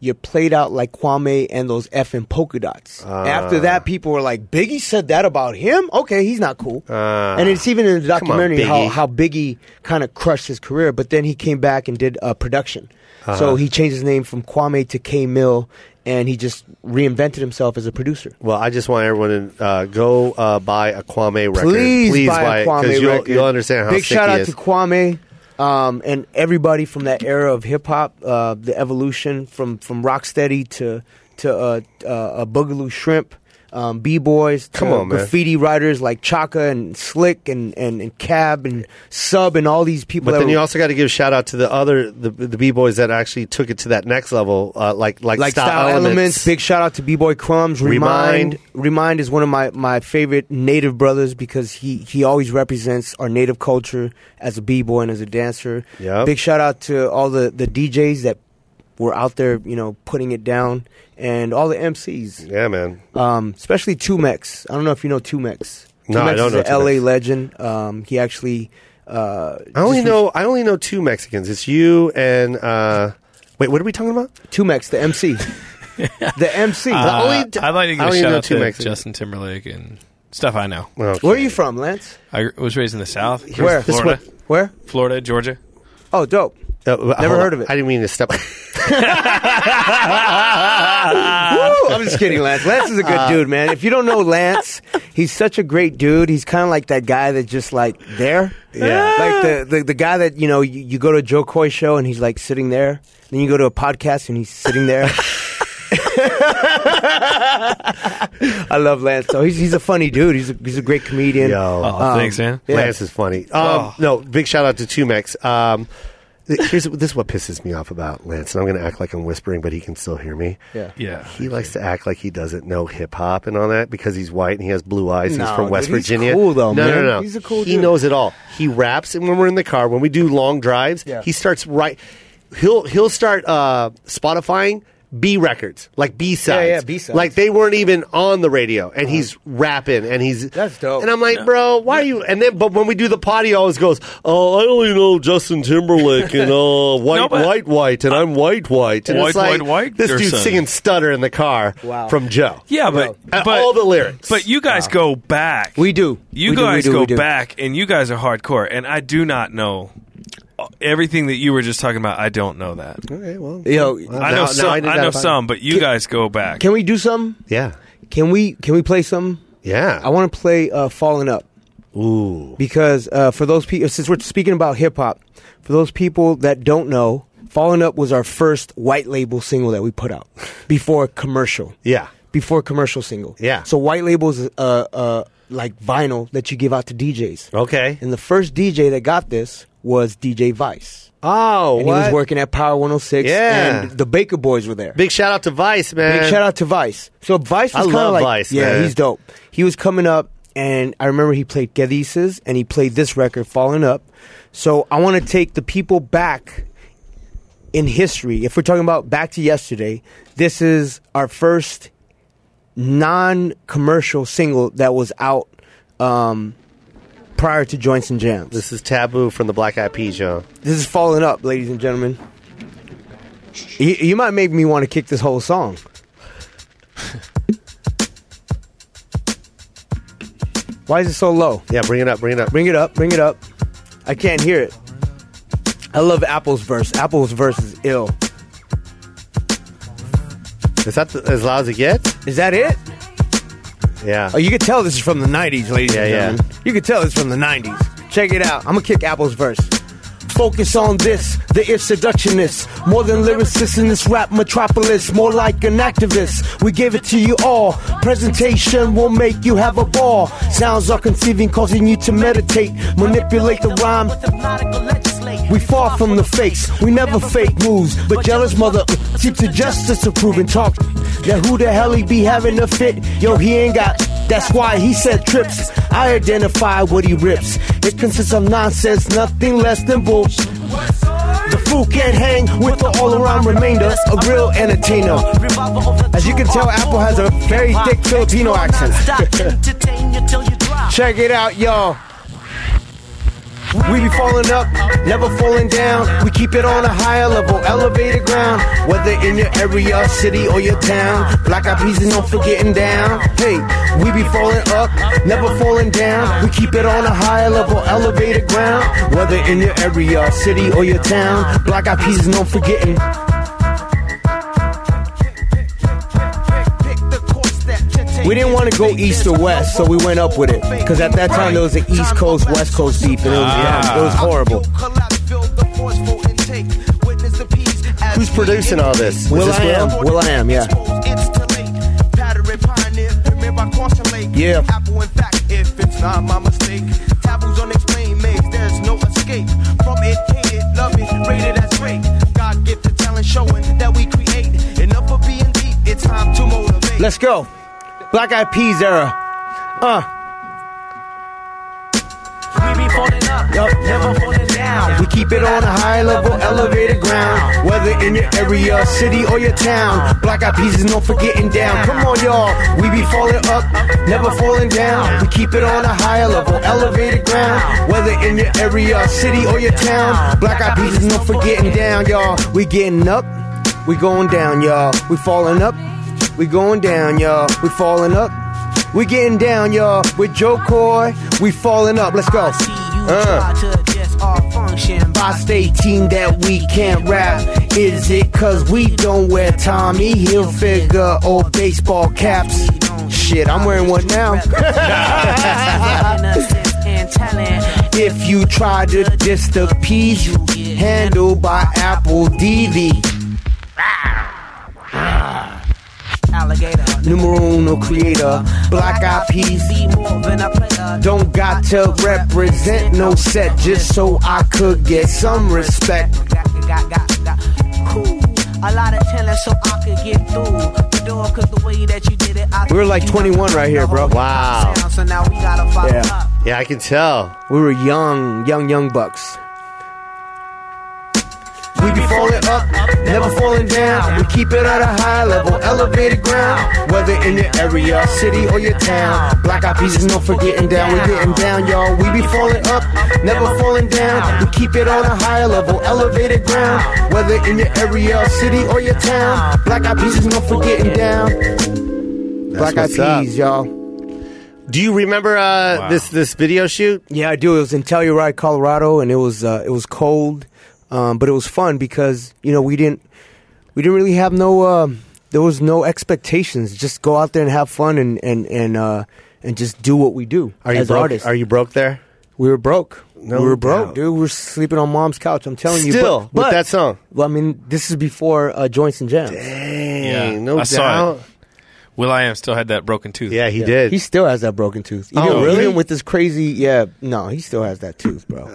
S2: "You played out like Kwame and those effing polka dots." After
S1: Ah.
S2: that, people were like, "Biggie said that about him? Okay, he's not cool." and it's even in the
S1: Ah. come on,
S2: documentary how,
S1: Biggie.
S2: how Biggie kind of crushed his career, but then he came back and did uh, production.
S1: Uh-huh.
S2: So he changed his name from Kwame to K Mill, and he just reinvented himself as a producer.
S1: Well, I just want everyone to uh, go uh, buy a Kwame record.
S2: Please, buy, a
S1: it,
S2: Kwame
S1: 'cause you'll,
S2: record.
S1: You'll understand how
S2: Big
S1: sick
S2: shout
S1: he
S2: out
S1: is.
S2: to Kwame um, and everybody from that era of hip hop, uh, the evolution from from Rocksteady to to uh, uh, uh, Boogaloo Shrimp, um, B boys,
S1: Come on, man.
S2: graffiti writers like Chaka and Slick and, and, and Cab and Sub and all these people.
S1: but
S2: that
S1: then
S2: were-
S1: you also got to give shout out to the other the, the b boys that actually took it to that next level, uh, like like,
S2: like style, elements. Big shout out to B Boy Crumbs.
S1: Remind.
S2: Remind. Remind is one of my, my favorite native brothers because he, he always represents our native culture as a B boy and as a dancer.
S1: Yep.
S2: Big shout out to all the, the DJs that were out there, you know, putting it down and all the MCs.
S1: Yeah, man.
S2: Um, especially Tumex. I don't know if you know Tumex.
S1: No,
S2: Tumex
S1: I don't
S2: is
S1: know
S2: an LA
S1: Tumex.
S2: legend. Um, he actually uh,
S1: I only know I only know two Mexicans. It's you and uh, wait, what are we talking about?
S2: Tumex, the MC. the MC.
S3: Uh,
S2: The only-
S3: I'd like to
S2: I
S3: give
S2: don't
S3: a
S2: even
S3: shout
S2: know
S3: out
S2: two
S3: to
S2: Mexicans.
S3: Justin Timberlake and stuff I know.
S1: Oh,
S2: Where are you from, Lance?
S3: I was raised in the South.
S2: Where? This
S3: Florida.
S2: Where?
S3: Florida, Georgia.
S2: Oh, dope.
S1: Never
S2: heard of it.
S1: Uh, I didn't mean to step. Ah.
S2: Woo! I'm just kidding, Lance. Lance is a good
S1: Uh,
S2: dude, man. If you don't know Lance, he's such a great dude. He's kind of like that guy that just like there.
S1: Yeah.
S2: Like the, the, the guy that, you know, you, you go to a Joe Coy show and he's like sitting there. Then you go to a podcast and he's sitting there. I love Lance, though. He's, he's a funny dude. He's a, he's a great comedian.
S1: Yo.
S3: Oh,
S2: Um, yeah.
S1: Lance is funny. Um,
S2: Oh.
S1: No, big shout out to Tumex. Um, th- here's this is what pisses me off about Lance, and I'm going to act like I'm whispering, but he can still hear me.
S2: Yeah.
S3: Yeah.
S1: He likes to act like he doesn't know hip hop and all that because he's white and he has blue eyes.
S2: No,
S1: he's from West
S2: dude, he's
S1: Virginia.
S2: cool, though,
S1: no,
S2: man.
S1: no, no, no.
S2: He's a cool
S1: He
S2: dude.
S1: knows it all. He raps, and when we're in the car, when we do long drives,
S2: Yeah.
S1: he starts right. He'll he'll start uh, Spotifying B records, like B sides,
S2: yeah, B-sides. Uh-huh.
S1: like they weren't even on the radio, and he's rapping, and he's that's dope. And I'm like, bro, why are you? And then, but when we do the potty, he always goes, "Oh, I only know Justin Timberlake and uh, white,
S3: but-
S1: white, white, and I'm white, white, and
S3: White,
S1: it's like,
S3: white, white,
S1: This
S3: your
S1: dude's
S3: son.
S1: singing "Stutter" in the car
S3: Wow.
S1: from Joe.
S3: Yeah, but,
S1: And
S3: but
S1: all the lyrics.
S3: But you guys go back.
S2: We do.
S3: You
S2: We do, we
S3: guys
S2: do, we
S3: go
S2: do.
S3: back, and you guys are hardcore. And I do not know everything that you were just talking about. I don't know that.
S1: Okay, well,
S2: Yo,
S3: I know some. I, know some, but you guys go back.
S2: Can we do something?
S1: Yeah.
S2: Can we can we play some?
S1: Yeah.
S2: I want to play uh, Falling Up.
S1: Ooh.
S2: Because uh, for those people, since we're speaking about hip hop, for those people that don't know, Falling Up was our first white label single that we put out before commercial.
S1: Yeah.
S2: Before commercial single.
S1: Yeah.
S2: So white labels, uh, uh, like vinyl that you give out to DJs.
S1: Okay.
S2: And the first DJ that got this was DJ Vice.
S1: Oh,
S2: and
S1: what?
S2: he was working at Power 106.
S1: Yeah.
S2: And the Baker Boys were there.
S1: Big shout out to Vice, man.
S2: Big shout out to Vice. So Vice
S1: I
S2: was kind
S1: love
S2: of like,
S1: Vice,
S2: yeah,
S1: man.
S2: he's dope. He was coming up, and I remember he played Gedises, and he played this record, Falling Up. So I want to take the people back in history. If we're talking about back to yesterday, this is our first non-commercial single that was out um, prior to Joints and Jams.
S1: This is Taboo from the Black Eyed Peas, yo.
S2: This is Falling Up, ladies and gentlemen. You, you might make me want to kick this whole song. Why is it so low?
S1: Yeah, bring it up, bring it up.
S2: Bring it up, bring it up. I can't hear it. I love Apple's verse. Apple's verse is ill.
S1: Is that the, as loud as it gets?
S2: Is that it?
S1: Yeah.
S2: Oh, you could tell this is from the 90s, ladies and
S1: Yeah, yeah.
S2: gentlemen. You could tell it's from the 90s. Check it out. I'm going to kick Apple's verse. Focus on this, the if seductionist. More than lyricists in this rap metropolis, more like an activist. We give it to you all. Presentation will make you have a ball. Sounds are conceiving, causing you to meditate. Manipulate the rhyme. We far from the fakes, we never fake moves. But jealous mother keep to justice approving talk. Yeah, who the hell he be having a fit? Yo, he ain't got. That's why he said trips. I identify what he rips. It consists of nonsense, nothing less than bull. The fool can't hang with the all-around remainder, a real entertainer. As you can tell, Apple has a very thick Filipino accent. Check it out, y'all. We be falling up, never falling down. We keep it on a higher level, elevated ground. Whether in your area, city, or your town, Black Eyed Peas and don't forgetting down. Hey, we be falling up, never falling down. We keep it on a higher level, elevated ground. Whether in your area, city, or your town, Black Eyed Peas and don't forgetting. We didn't want to go east or west, so we went up with it. Because at that time, there was an East Coast, West Coast beef, and it was,
S1: Ah.
S2: it was horrible.
S1: Who's producing all this?
S2: Will
S1: is
S2: I
S1: this
S2: am. Will I am, yeah. Yeah.
S9: Apple, in fact, if it's not my mistake, taboos unexplained makes there's no escape from it. Hated, love it, rated as great. God gifted talent showing that we create. Enough of being deep, it's time to motivate.
S2: Let's go. Black Eyed Peas era. Uh,
S9: We be falling up, never falling down.
S2: we keep it on a high level, elevated ground. Whether in your area, city, or your town, Black Eyed Peas is no forgetting down. Come on, y'all. We be falling up, never falling down. We keep it on a higher level, elevated ground. Whether in your area, city, or your town, Black Eyed Peas is no forgetting down, y'all. We getting up. We going down, y'all. We falling up. We going down, y'all. We falling up. We getting down, y'all. With Joe Coy, we falling up. Let's go. Uh. I stay team that we can't rap. Is it cause we don't wear Tommy Hilfiger or baseball caps? Shit, I'm wearing one now. If you try to diss the peas, you get handled by Apple DV.
S12: Alligator.
S2: Numero uno creator, black eyed peas. Don't got to represent no set just so I could get some respect.
S12: Got, got, got. Cool. A lot of talent so I could get through. The door, cause the way that you did it, I
S2: We were like 21 right here, bro.
S1: Wow.
S12: So now we gotta follow up.
S1: Yeah. Yeah, I can tell.
S2: We were young, young, young bucks. We be falling up, never falling down. We keep it at a high level, elevated ground. Whether in your area, city, or your town. Black eyed peas is known for getting down. We getting down, y'all. We be falling up, never falling down. We keep it on a high level, elevated ground. Whether in your area, city, or your town. Black eyed peas is known for getting down. Black eyed
S1: what's
S2: peas, y'all.
S1: Do you remember uh, this this video shoot?
S2: Yeah, I do. It was in Telluride, Colorado, and it was uh, it was cold, um, but it was fun because you know we didn't we didn't really have no uh, there was no expectations. Just go out there and have fun and and and uh, and just do what we do
S1: Are you
S2: as
S1: broke?
S2: artists.
S1: Are you broke there?
S2: We were broke.
S1: No
S2: we were broke,
S1: doubt.
S2: dude. We were sleeping on mom's couch. I'm telling you.
S1: Still, with that
S2: song. Well, I mean, this is before uh, Joints and Jams.
S1: Dang,
S3: Yeah, no I saw doubt. it. Will I am still had that broken tooth.
S1: Yeah,
S2: Yeah. He still has that broken tooth. Even,
S3: Oh, really?
S2: Even with this crazy, yeah. No, he still has that tooth, bro.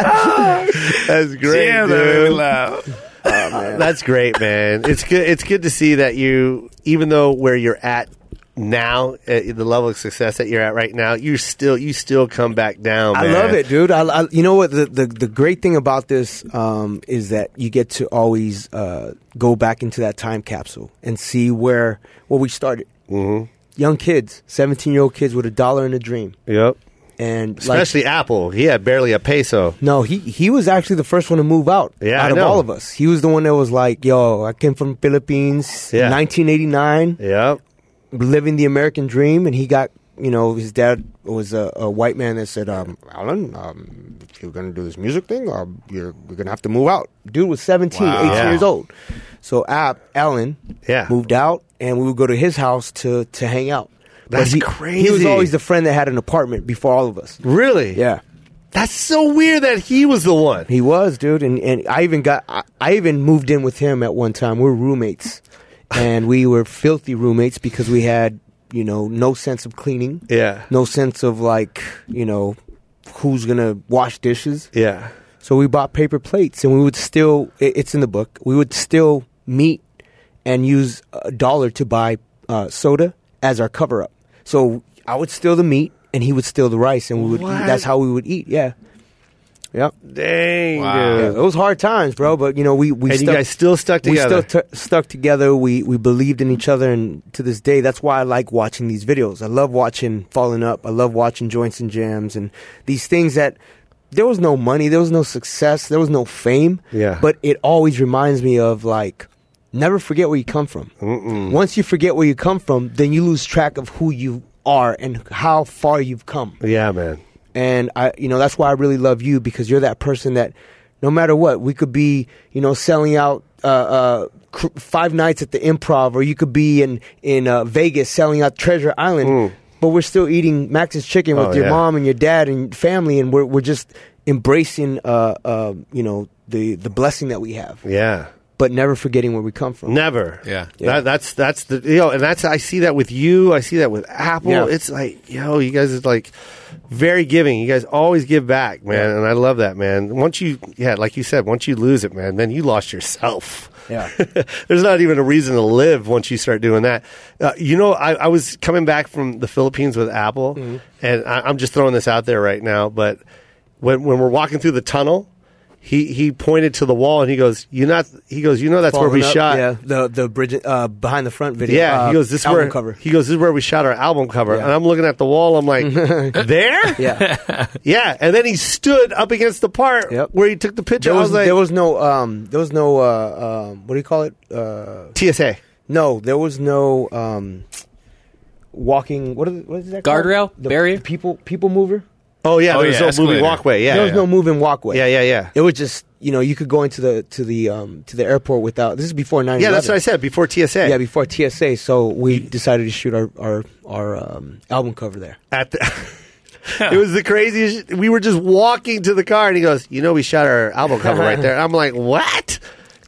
S1: That's great,
S3: Yeah,
S1: dude.
S3: they're really loud.
S1: That's great, man. It's good. It's good to see that you, even though where you're at now, uh, the level of success that you're at right now, you still you still come back down.
S2: I
S1: man.
S2: love it, dude. I, I- you know what the, the the great thing about this um, is that you get to always uh, go back into that time capsule and see where where we started. Mm-hmm. Young kids, seventeen year old kids with a dollar and a dream,
S1: Yep.
S2: and like-
S1: Especially Apple. He had barely a peso.
S2: no, he he was actually the first one to move out.
S1: Yeah,
S2: out
S1: I
S2: of
S1: know.
S2: all of us, he was the one that was like, "Yo, I came from Philippines,
S1: Yeah.
S2: 1989,
S1: Yep.
S2: living the American dream," and he got. You know, his dad was a, a white man that said, um, "Alan, um, if you're going to do this music thing, um, you're, you're going to have to move out." Dude was 17,
S1: Wow.
S2: 18
S1: Yeah.
S2: years old. So, Ab, Alan,
S1: Yeah.
S2: moved out, and we would go to his house to to hang out. But
S1: That's
S2: he- He was
S1: crazy.
S2: always the friend that had an apartment before all of us.
S1: Really?
S2: Yeah.
S1: That's so weird that he was the one.
S2: He was, dude, and, and I even got I, I even moved in with him at one time. We were roommates, and we were filthy roommates because we had you know no sense of cleaning,
S1: Yeah.
S2: no sense of like you know who's gonna wash dishes.
S1: Yeah.
S2: So we bought paper plates, and we would still it, it's in the book. We would still meet and use a dollar to buy uh, soda as our cover up. So I would steal the meat, and he would steal the rice, and we would
S1: What?
S2: that's how we would eat. Yeah. Yep.
S1: Dang,
S2: Yeah,
S1: dude.
S2: it was hard times, bro. But you know, we we
S1: And you guys still stuck together.
S2: We still t- stuck together. We we believed in each other, and to this day, that's why I like watching these videos. I love watching Falling Up. I love watching Joints and Jams, and these things that there was no money, there was no success, there was no fame.
S1: Yeah.
S2: but it always reminds me of like. Never forget where you come from. Once you forget where you come from, then you lose track of who you are and how far you've come
S1: Yeah, man.
S2: and I, you know, that's why I really love you because you're that person that, no matter what, we could be, you know, selling out uh, uh, cr- five nights at the Improv, or you could be in in uh, Vegas selling out Treasure Island, but we're still eating Max's chicken with
S1: Oh,
S2: your
S1: yeah.
S2: mom and your dad and family, and we're we're just embracing, uh, uh, you know, the the blessing that we have,
S1: Yeah.
S2: but never forgetting where we come from.
S1: Never.
S3: Yeah.
S1: That, that's that's the you know, and that's I see that with you. I see that with Apple.
S2: Yeah.
S1: It's like yo, you guys is like very giving. You guys always give back, man, and I love that, man. Once you, yeah, like you said, once you lose it, man, then you lost yourself.
S2: Yeah.
S1: There's not even a reason to live once you start doing that. Uh, you know, I, I was coming back from the Philippines with Apple,
S2: Mm-hmm.
S1: and I, I'm just throwing this out there right now, but when when we're walking through the tunnel He he pointed to the wall and he goes, "You not?" He goes, "You know that's where
S2: Falling
S1: we
S2: Up,
S1: shot."
S2: Yeah, the the bridge uh, behind the front video.
S1: Yeah,
S2: uh,
S1: he goes this is
S2: album
S1: where
S2: cover.
S1: he goes this is where we shot our album cover, and I'm looking at the wall. I'm like, there, yeah, yeah. And then he stood up against the part where he took the picture.
S2: There
S1: I
S2: was,
S1: was like,
S2: there was no um there was no uh um what do you call it uh
S1: TSA.
S2: No, there was no um walking. What, are the, what is that?
S6: Guardrail?
S2: called? barrier people people mover.
S1: Oh yeah, Oh, there was yeah, no moving escalator. walkway, yeah,
S2: there was
S1: yeah.
S2: no moving walkway.
S1: Yeah, yeah, yeah.
S2: It was just you know you could go into the to the um to the airport without. This is before nine.
S1: yeah, that's what I said before TSA.
S2: Yeah, before TSA. So we decided to shoot our our our um, album cover there.
S1: At the, it was the craziest. We were just walking to the car, and he goes, "You know, we shot our album cover right there." And I'm like, "What?"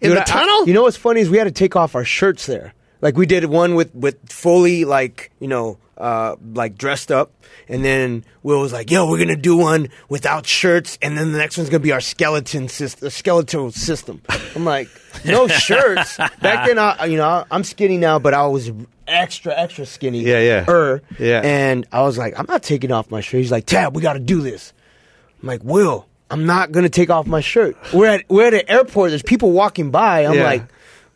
S1: In
S2: Dude,
S1: the
S2: I-
S1: tunnel?
S2: you know what's funny is we had to take off our shirts there. Like we did one with with fully like you know uh like dressed up, and then Will was like, "Yo, we're gonna do one without shirts, and then the next one's gonna be our skeleton system, skeletal system." I'm like, "No shirts." Back then, I you know I'm skinny now, but I was extra extra skinny.
S1: Yeah, yeah.
S2: Er,
S1: Yeah.
S2: And I was like, "I'm not taking off my shirt." He's like, "Tab, we got to do this." I'm like, Will, I'm not gonna take off my shirt. We're at we're at an airport. There's people walking by. I'm
S13: Yeah.
S2: like,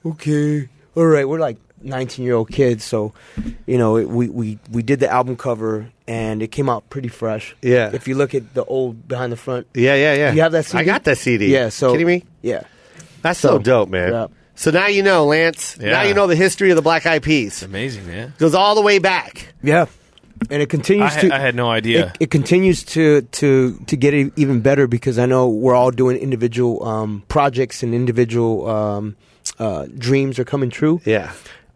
S2: okay, all right. We're like 19 year old kids, so you know it, we we we did the album cover and it came out pretty fresh.
S1: Yeah.
S2: If you look at the old behind the front.
S1: Yeah, yeah, yeah.
S2: You have that CD?
S1: I got that CD.
S2: Yeah. So
S1: kidding me?
S2: Yeah.
S1: That's so, dope, man. So now you know, Lance.
S2: Yeah.
S1: Now you know the history of the Black Eyed Peas.
S3: Amazing, man.
S1: Goes all the way back.
S2: Yeah. And it continues
S3: I had-
S2: to.
S3: I had no idea.
S2: It, it continues to to to get e- even better because I know we're all doing individual um, projects and individual um, uh, dreams are coming true.
S1: Yeah.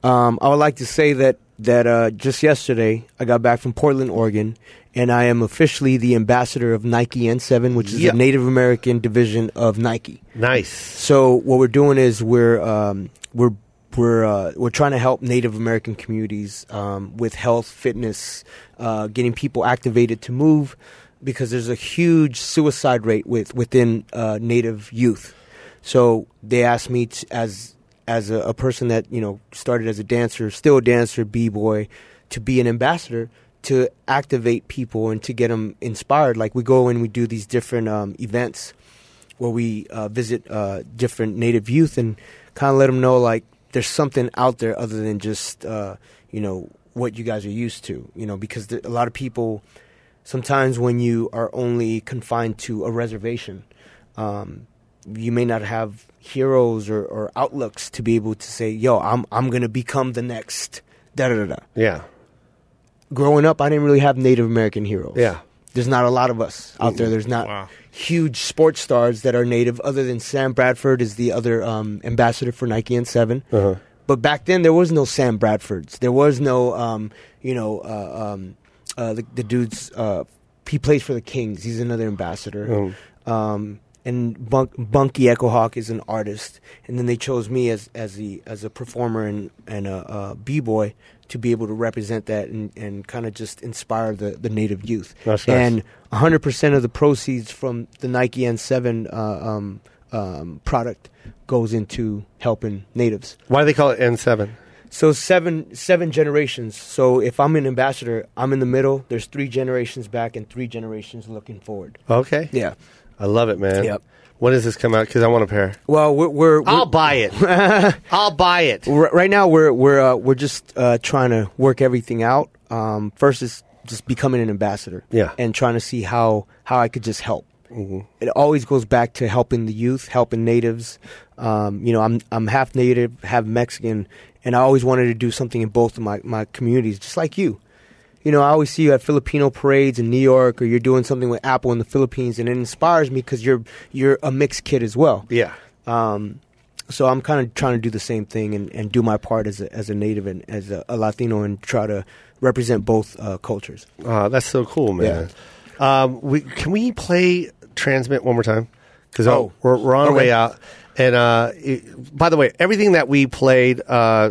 S2: Um, I would like to say that that uh, just yesterday I got back from Portland, Oregon, and I am officially the ambassador of Nike N7, which is
S1: Yeah.
S2: the Native American division of Nike.
S1: Nice.
S2: So what we're doing is we're um, we're we're uh, we're trying to help Native American communities um, with health, fitness, uh, getting people activated to move because there's a huge suicide rate with within uh, Native youth. So they asked me t- as as a, a person that you know started as a dancer, still a dancer, b boy, to be an ambassador to activate people and to get them inspired. Like we go and we do these different um, events where we uh, visit uh, different Native youth and kind of let them know like there's something out there other than just uh, you know what you guys are used to. You know because th- a lot of people sometimes when you are only confined to a reservation, um, you may not have heroes or, or outlooks to be able to say, "Yo, I'm I'm gonna become the next." Da da da da.
S1: Yeah.
S2: Growing up, I didn't really have Native American heroes.
S1: Yeah.
S2: There's not a lot of us out there. There's not huge sports stars that are native, other than Sam Bradford is the other um, ambassador for Nike and 7 But back then, there was no Sam Bradfords. There was no, um, you know, uh, um, uh, the, the dudes. Uh, he plays for the Kings. He's another ambassador. Um, and Bunk, Bunky Echohawk is an artist. And then they chose me as as the as a performer and and a, a b boy to be able to represent that and, and kind of just inspire the, the native youth.
S1: That's nice.
S2: and 100% of the proceeds from the Nike N7 uh, um, um, product goes into helping natives.
S1: Why do they call it N7?
S2: So seven seven generations. So if I'm an ambassador, I'm in the middle. There's three generations back and three generations looking forward.
S1: Okay.
S2: Yeah.
S1: I love it, man.
S2: Yep.
S1: When does this come out? Because I want a pair.
S2: Well, we're, we're,
S1: I'll buy it. I'll buy it.
S2: R- right now, we're we're uh, we're just uh, trying to work everything out. Um, first is just becoming an ambassador.
S1: Yeah.
S2: and trying to see how how I could just help. It always goes back to helping the youth, helping natives. Um, you know, I'm I'm half native, half Mexican, and I always wanted to do something in both of my, my communities, just like you. You know, I always see you at Filipino parades in New York, or you're doing something with Apple in the Philippines, and it inspires me because you're you're a mixed kid as well.
S1: Yeah.
S2: Um, so I'm kind of trying to do the same thing and, and do my part as a, as a native and as a, a Latino and try to represent both uh, cultures.
S1: Oh, that's so cool, man. Um, we, can we play Transmit one more time? Because
S2: Oh.
S1: we're, we're on our
S2: Okay.
S1: way out. And uh, it- by the way, everything that we played, uh,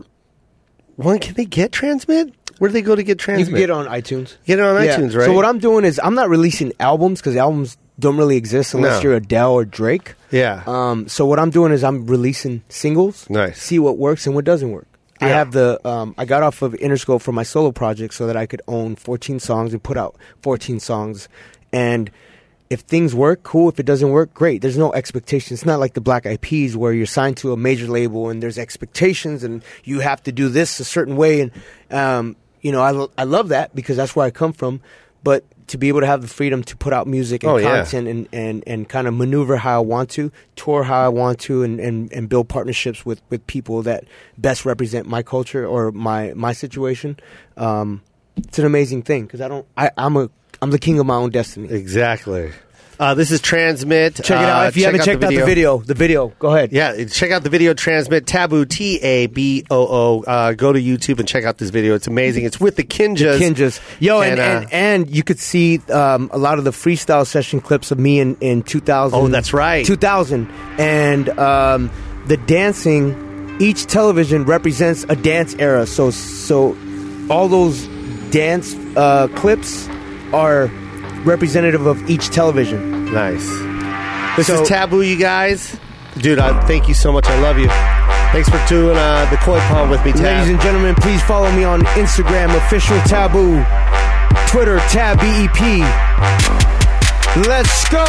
S1: one can they get Transmit? Where do they go to get
S2: You
S1: Transmit?
S2: can get on iTunes.
S1: Get it on
S2: Yeah.
S1: iTunes, right?
S2: So what I'm doing is I'm not releasing albums because albums don't really exist unless
S1: No.
S2: you're Adele or Drake.
S1: Yeah.
S2: Um, so what I'm doing is I'm releasing singles.
S1: Nice.
S2: See what works and what doesn't work. I
S1: Yeah.
S2: have the um, I got off of Interscope for my solo project so that I could own 14 songs and put out 14 songs, and if things work, cool. If it doesn't work, great. There's no expectation. It's not like the Black Eyed Peas where you're signed to a major label and there's expectations and you have to do this a certain way. And um, you know, I l- I love that because that's where I come from. But to be able to have the freedom to put out music and
S1: Oh, yeah.
S2: content and, and, and kind of maneuver how I want to, tour how I want to, and, and, and build partnerships with, with people that best represent my culture or my my situation. Um, it's an amazing thing because I don't I, I'm a I'm the king of my own destiny.
S1: Exactly. Uh, this is Transmit.
S2: Check it out
S1: Uh,
S2: if you
S1: check
S2: haven't checked out the video. The video, go ahead.
S1: Yeah, check out the video Transmit Taboo T A B O O. Uh, go to YouTube and check out this video. It's amazing. It's with the Kinjas.
S2: Kinjas. Yo, and
S1: uh,
S2: and, and, you could see um, a lot of the freestyle session clips of me in, in 2000.
S1: Oh, that's right.
S2: 2000. And um, the dancing, each television represents a dance era. So, so all those dance uh, clips are representative of each television.
S1: Nice. This is Taboo, you guys. Dude, I thank you so much. I love you. Thanks for doing uh, the koi pond with me, Tab.
S2: Ladies and gentlemen, please follow me on Instagram, official taboo, Twitter, tab BEP. Let's go!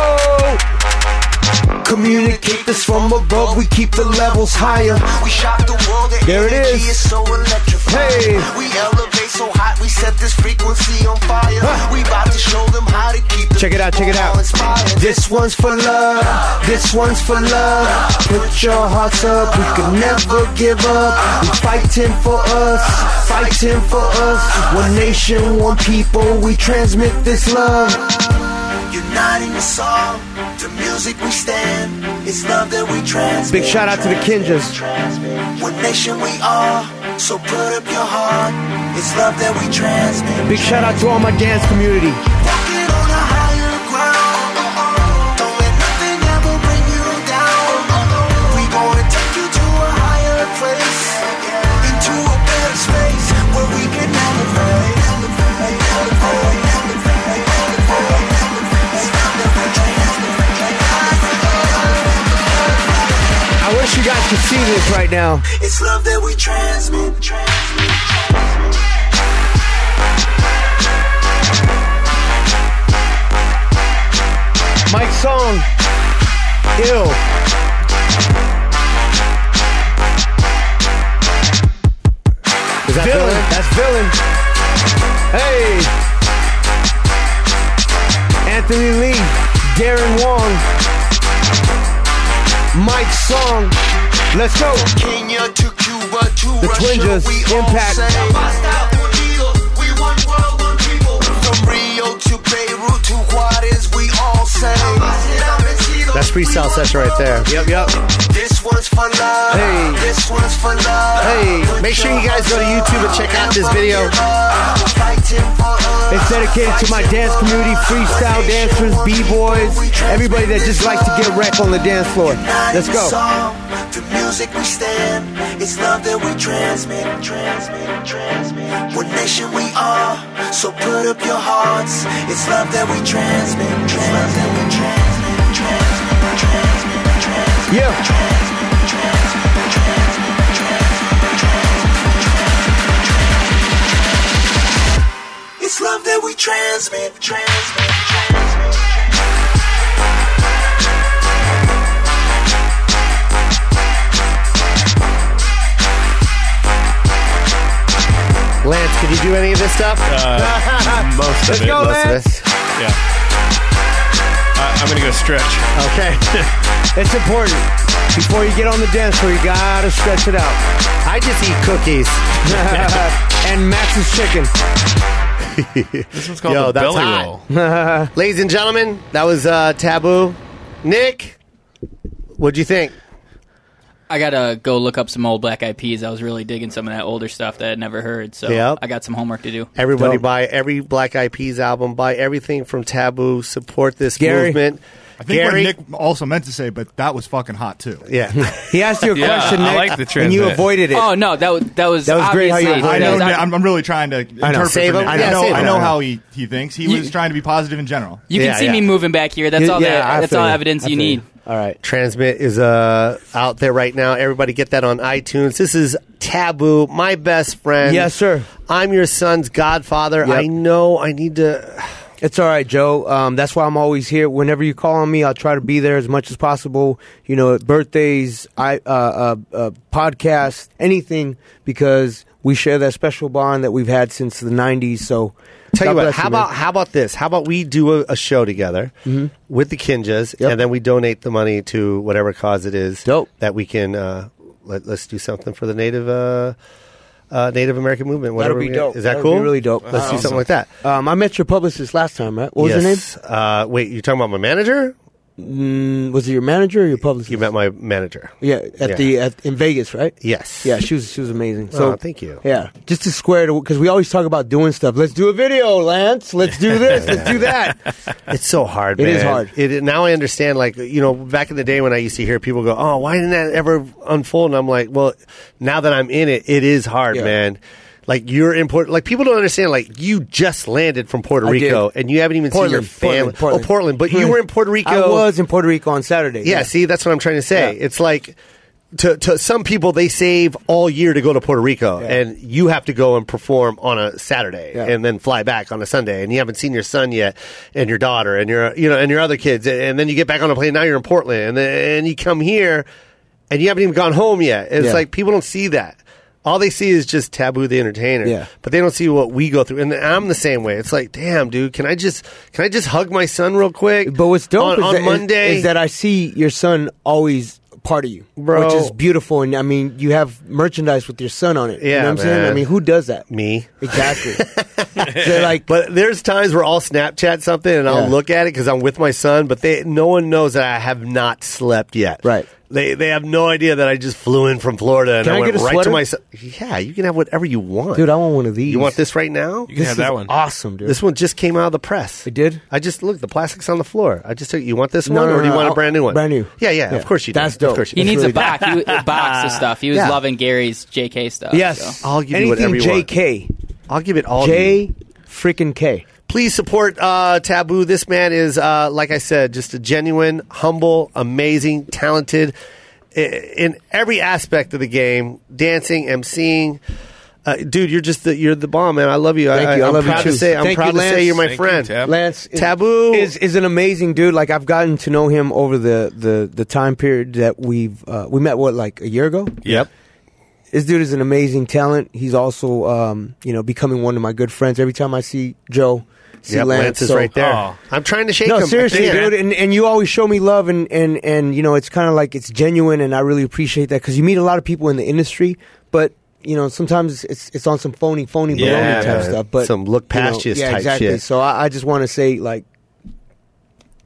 S14: Communicate this from above, we keep the levels higher. We shock the world, the
S2: There it
S14: energy
S2: is.
S14: is so electrifying.
S2: Hey.
S14: We elevate so hot, we set this frequency on fire. We about to show them how to keep the
S2: Check it out, check it
S14: people
S2: out.
S14: all inspired. This one's for love, this one's for love. Put your hearts up, we can never give up. We fighting for us, fighting for us. One nation, one people, we transmit this love. Uniting us all, the music we stand, it's love that we transmit.
S2: Big shout out to the Kinjas.
S14: What nation we are, so put up your heart, it's love that we transmit.
S2: Big shout out to all my dance community.
S14: Walking on a higher ground, don't let nothing ever bring you down. We gonna take you to a higher place, into a better space where we can elevate. elevate, elevate, elevate, elevate, elevate. It's love that we
S2: I wish you guys could see this right now.
S14: It's love that we transmit. transmit.
S2: Mike Song, ill.
S1: Is that
S2: villain?
S1: villain?
S2: That's villain. Hey. Anthony Lee, Darren Wong, Mike Song. Let's go.
S14: Kenya to Cuba to
S2: The
S14: Russia,
S2: Twingers,
S14: we all
S2: Impact.
S14: same. We one world, one people. From Rio to Beirut to Juarez, we all say.
S1: That's freestyle session right there.
S2: Yep, yep.
S14: This one's for love.
S1: Hey.
S14: This one's for love.
S1: Hey, make sure you guys go to YouTube and check out this video.
S2: It's dedicated to my dance community, freestyle dancers, b-boys, everybody that just like to get wrecked on the dance floor. Let's go.
S14: The music we stand, it's love that we transmit, transmit, transmit. What nation we are, so put up your hearts. It's love that we transmit, transmit, that we transmit, transmit, transmit, transmit.
S2: Yeah.
S14: It's love that we transmit, transmit.
S1: Lance, could you do any of this stuff?
S15: Uh, most of
S1: Let's
S15: it.
S1: go,
S15: Most of
S1: Lance.
S15: it. Yeah. I, I'm gonna go stretch.
S1: Okay.
S2: it's important. Before you get on the dance floor, you gotta stretch it out.
S1: I just eat cookies.
S2: and Max's chicken.
S1: This one's
S2: called
S1: Yo,
S2: the
S1: that's
S2: belly
S1: hot. Ladies and gentlemen, that was uh, Taboo. Nick, what'd you think?
S6: I gotta go look up some old Black Eyed Peas. I was really digging some of that older stuff that I had never heard, so
S1: Yep.
S6: I got some homework to do.
S1: Everybody buy every Black Eyed Peas album. Buy everything from Taboo. Support this
S6: Gary.
S1: movement.
S9: I think
S1: Gary,
S9: what Nick also meant to say, but that was fucking hot too.
S1: Yeah.
S2: He asked you a
S9: Yeah,
S2: question,
S9: I
S2: Nick,
S9: like the
S2: and you
S9: transmit.
S2: avoided it.
S6: Oh no, that was that was
S2: That was great how you
S6: obviously-
S9: I
S2: avoided
S9: know.
S2: it.
S9: I'm, I'm really trying to interpret.
S2: I know. Save
S9: for
S2: him.
S9: Nick.
S2: Yeah,
S9: I know,
S2: save
S9: I
S2: him.
S9: know how he, he thinks. He was trying to be positive in general.
S6: You can see me moving back here. That's
S1: You-
S6: all.
S1: yeah, I
S6: that, that's
S1: feel
S6: all
S1: you.
S6: evidence
S1: I
S6: you
S1: feel
S6: need.
S2: All right.
S1: Transmit is uh, out there right now. Everybody get that on iTunes. This is Taboo, my best friend.
S2: Yes, sir.
S1: I'm your son's godfather.
S2: Yep.
S1: I know I need to.
S2: It's all right, Joe. Um, that's why I'm always here. Whenever you call on me, I'll try to be there as much as possible. You know, at birthdays, I uh, uh, uh, podcast, anything, because we share that special bond that we've had since the '90s. So,
S1: Tell
S2: God
S1: you what,
S2: bless
S1: how
S2: man. Mm-hmm.
S1: about how about this? How about we do a, a show together with the Kinjas, and then we donate the money to whatever cause it is that we can. Uh, let, let's do something for the Native uh, uh, Native American movement. Whatever
S2: that'll be
S1: we-
S2: dope.
S1: Is that
S2: That'll
S1: cool?
S2: Be really dope.
S1: Let's do something like that.
S2: Um, I met your publicist last time, right? What was
S1: yes. name? Uh, wait, you're talking about my manager?
S2: Mm, was it your manager or your publicist?
S1: You met my manager.
S2: your name? Yeah, at
S1: Yeah.
S2: the at, in Vegas, right?
S1: Yes.
S2: Yeah, she was she was amazing.
S1: Oh,
S2: So
S1: thank you.
S2: Yeah, just to square it because we always talk about doing stuff. Let's do a video, Lance. Let's do this. Let's do that.
S1: It's so hard.
S2: It
S1: man.
S2: is hard.
S1: It, now I understand. Like you know, back in the day when I used to hear people go, "Oh, why didn't that ever unfold?" and I'm like, "Well, now that I'm in it, it is hard, man." Like you're in Puerto, like people don't understand. Like you just landed from Puerto
S2: I did.
S1: Rico, and you haven't even seen your family.
S2: Portland,
S1: Oh, Portland, but you were in Puerto Rico.
S2: I was in Puerto Rico on Saturday.
S1: Yeah, see, that's what I'm trying to say.
S2: Yeah.
S1: It's like to, to some people, they save all year to go to Puerto Rico, and you have to go and perform on a Saturday
S2: Yeah.
S1: and then fly back on a Sunday, and you haven't seen your son yet, and your daughter, and your you know, and your other kids, and, and then you get back on a plane. Now you're in Portland, and then and you come here, and you haven't even gone home yet. It's
S2: Yeah.
S1: like people don't see that. All they see is just taboo the entertainer,
S2: Yeah.
S1: but they don't see what we go through. And I'm the same way. It's like, damn, dude, can I just can I just hug my son real quick? But
S2: what's
S1: on,
S2: dope is
S1: on
S2: that, is-
S1: Monday?
S2: is that I see your son always part of you,
S1: Bro.
S2: which is beautiful. And I mean, you have merchandise with your son on it. you
S1: Yeah,
S2: know what I'm saying.
S1: man.
S2: I mean, who does that?
S1: Me.
S2: Exactly.
S1: like, but there's times where I'll Snapchat something and I'll
S2: Yeah.
S1: look at it because I'm with my son, but they no one knows that I have not slept yet. Right. They they have no idea that I just flew in from Florida and
S2: Can
S1: I,
S2: I
S1: went
S2: get a
S1: right
S2: sweater?
S1: to my son. Yeah, you can have whatever you want,
S2: Dude, I want one of these.
S1: You want this right now?
S2: You can This have that is one. awesome, dude.
S1: This one just came out of the press. It
S2: did.
S1: I just look. The plastic's on the floor. I just took. You want this
S2: No,
S1: one
S2: no,
S1: or do you
S2: no,
S1: want
S2: I'll-
S1: a brand new one?
S2: brand new.
S1: Yeah, yeah.
S2: Yeah.
S1: Of course you do.
S2: That's
S1: Of
S2: dope.
S1: course you
S6: He
S1: do.
S6: needs a box, he, a box of stuff. He was
S1: Yeah.
S6: loving Gary's JK stuff.
S1: Yes,
S6: so.
S1: I'll give you
S2: Anything
S1: whatever you want.
S2: JK.
S1: I'll give it all. to you.
S2: J freaking K.
S1: Please support uh, Taboo. This man is, uh, like I said, just a genuine, humble, amazing, talented i- in every aspect of the game. Dancing, emceeing. Uh, dude, you're just the, you're the bomb, man. I love you.
S2: Thank
S1: I,
S2: you. I
S1: am
S2: love you
S1: proud
S2: too.
S1: to say I'm
S2: Thank
S1: proud
S2: you,
S1: to
S2: Lance.
S1: say you're my
S2: Thank you,
S1: friend.
S2: Tab. Lance is-
S1: Taboo
S2: is is an amazing dude. Like I've gotten to know him over the the the time period that we've uh, we met. What like a year ago?
S3: Yep.
S2: This dude is an amazing talent. He's also um, you know becoming one of my good friends. Every time I see Joe, see
S1: Yep,
S2: Lance,
S1: Lance is
S2: so-
S1: right there. I'm trying to shake
S2: no,
S1: him. I
S2: seriously,
S1: can't.
S2: dude, and, and you always show me love, and and and you know, it's kind of like it's genuine, and I really appreciate that because you meet a lot of people in the industry, but you know, sometimes it's it's on some phony, phony, baloney
S1: Yeah,
S2: type
S1: man.
S2: stuff. But
S1: Some look
S2: you know,
S1: past you
S2: yeah,
S1: type
S2: exactly.
S1: shit.
S2: So I, I just want to say, like,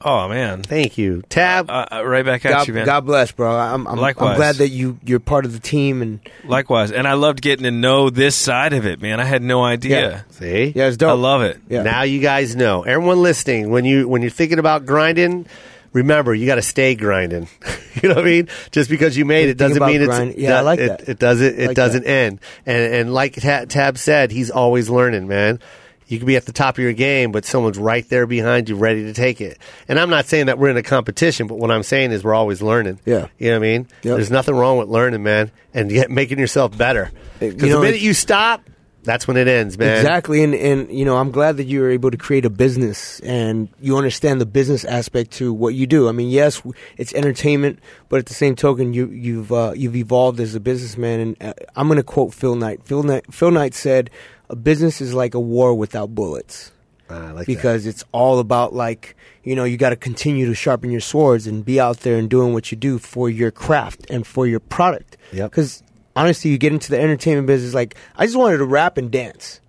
S3: Oh man,
S1: thank you, Tab.
S3: Uh, uh, right back at
S2: God,
S3: you, man.
S2: God bless, bro. I'm I'm, I'm
S3: Likewise.
S2: glad that you you're part of the team, and
S3: Likewise, and I loved getting to know this side of it, man. I had no idea.
S1: See,
S2: yeah, it's dope.
S3: I love it.
S1: Now you guys know. Everyone listening, when you when you're thinking about grinding, remember you got to stay grinding. you know what I mean? Just because you made it doesn't
S2: Thinking about
S1: mean it's
S2: grind- yeah, I like
S1: it,
S2: that.
S1: It doesn't it
S2: Like
S1: doesn't end. And and like Ta- Tab said, he's always learning, man. You can be at the top of your game, but someone's right there behind you, ready to take it. And I'm not saying that we're in a competition, but what I'm saying is we're always learning.
S2: Yeah.
S1: you know what I mean.
S2: Yep.
S1: There's nothing wrong with learning, man, and yet making yourself better. Because
S2: you know,
S1: the minute
S2: it's-
S1: you stop, that's when it ends, man.
S2: Exactly, and and you know, I'm glad that you were able to create a business and you understand the business aspect to what you do. I mean, yes, w- it's entertainment, but at the same token, you you've uh, you've evolved as a businessman. And uh, I'm going to quote Phil Knight. Phil Knight. Phil Knight said, "A business is like a war without bullets."
S1: Ah, like that.
S2: because it's all about like you know you got to continue to sharpen your swords and be out there and doing what you do for your craft and for your product.
S1: Yep.
S2: Because honestly, you get into the entertainment business like I just wanted to rap and dance,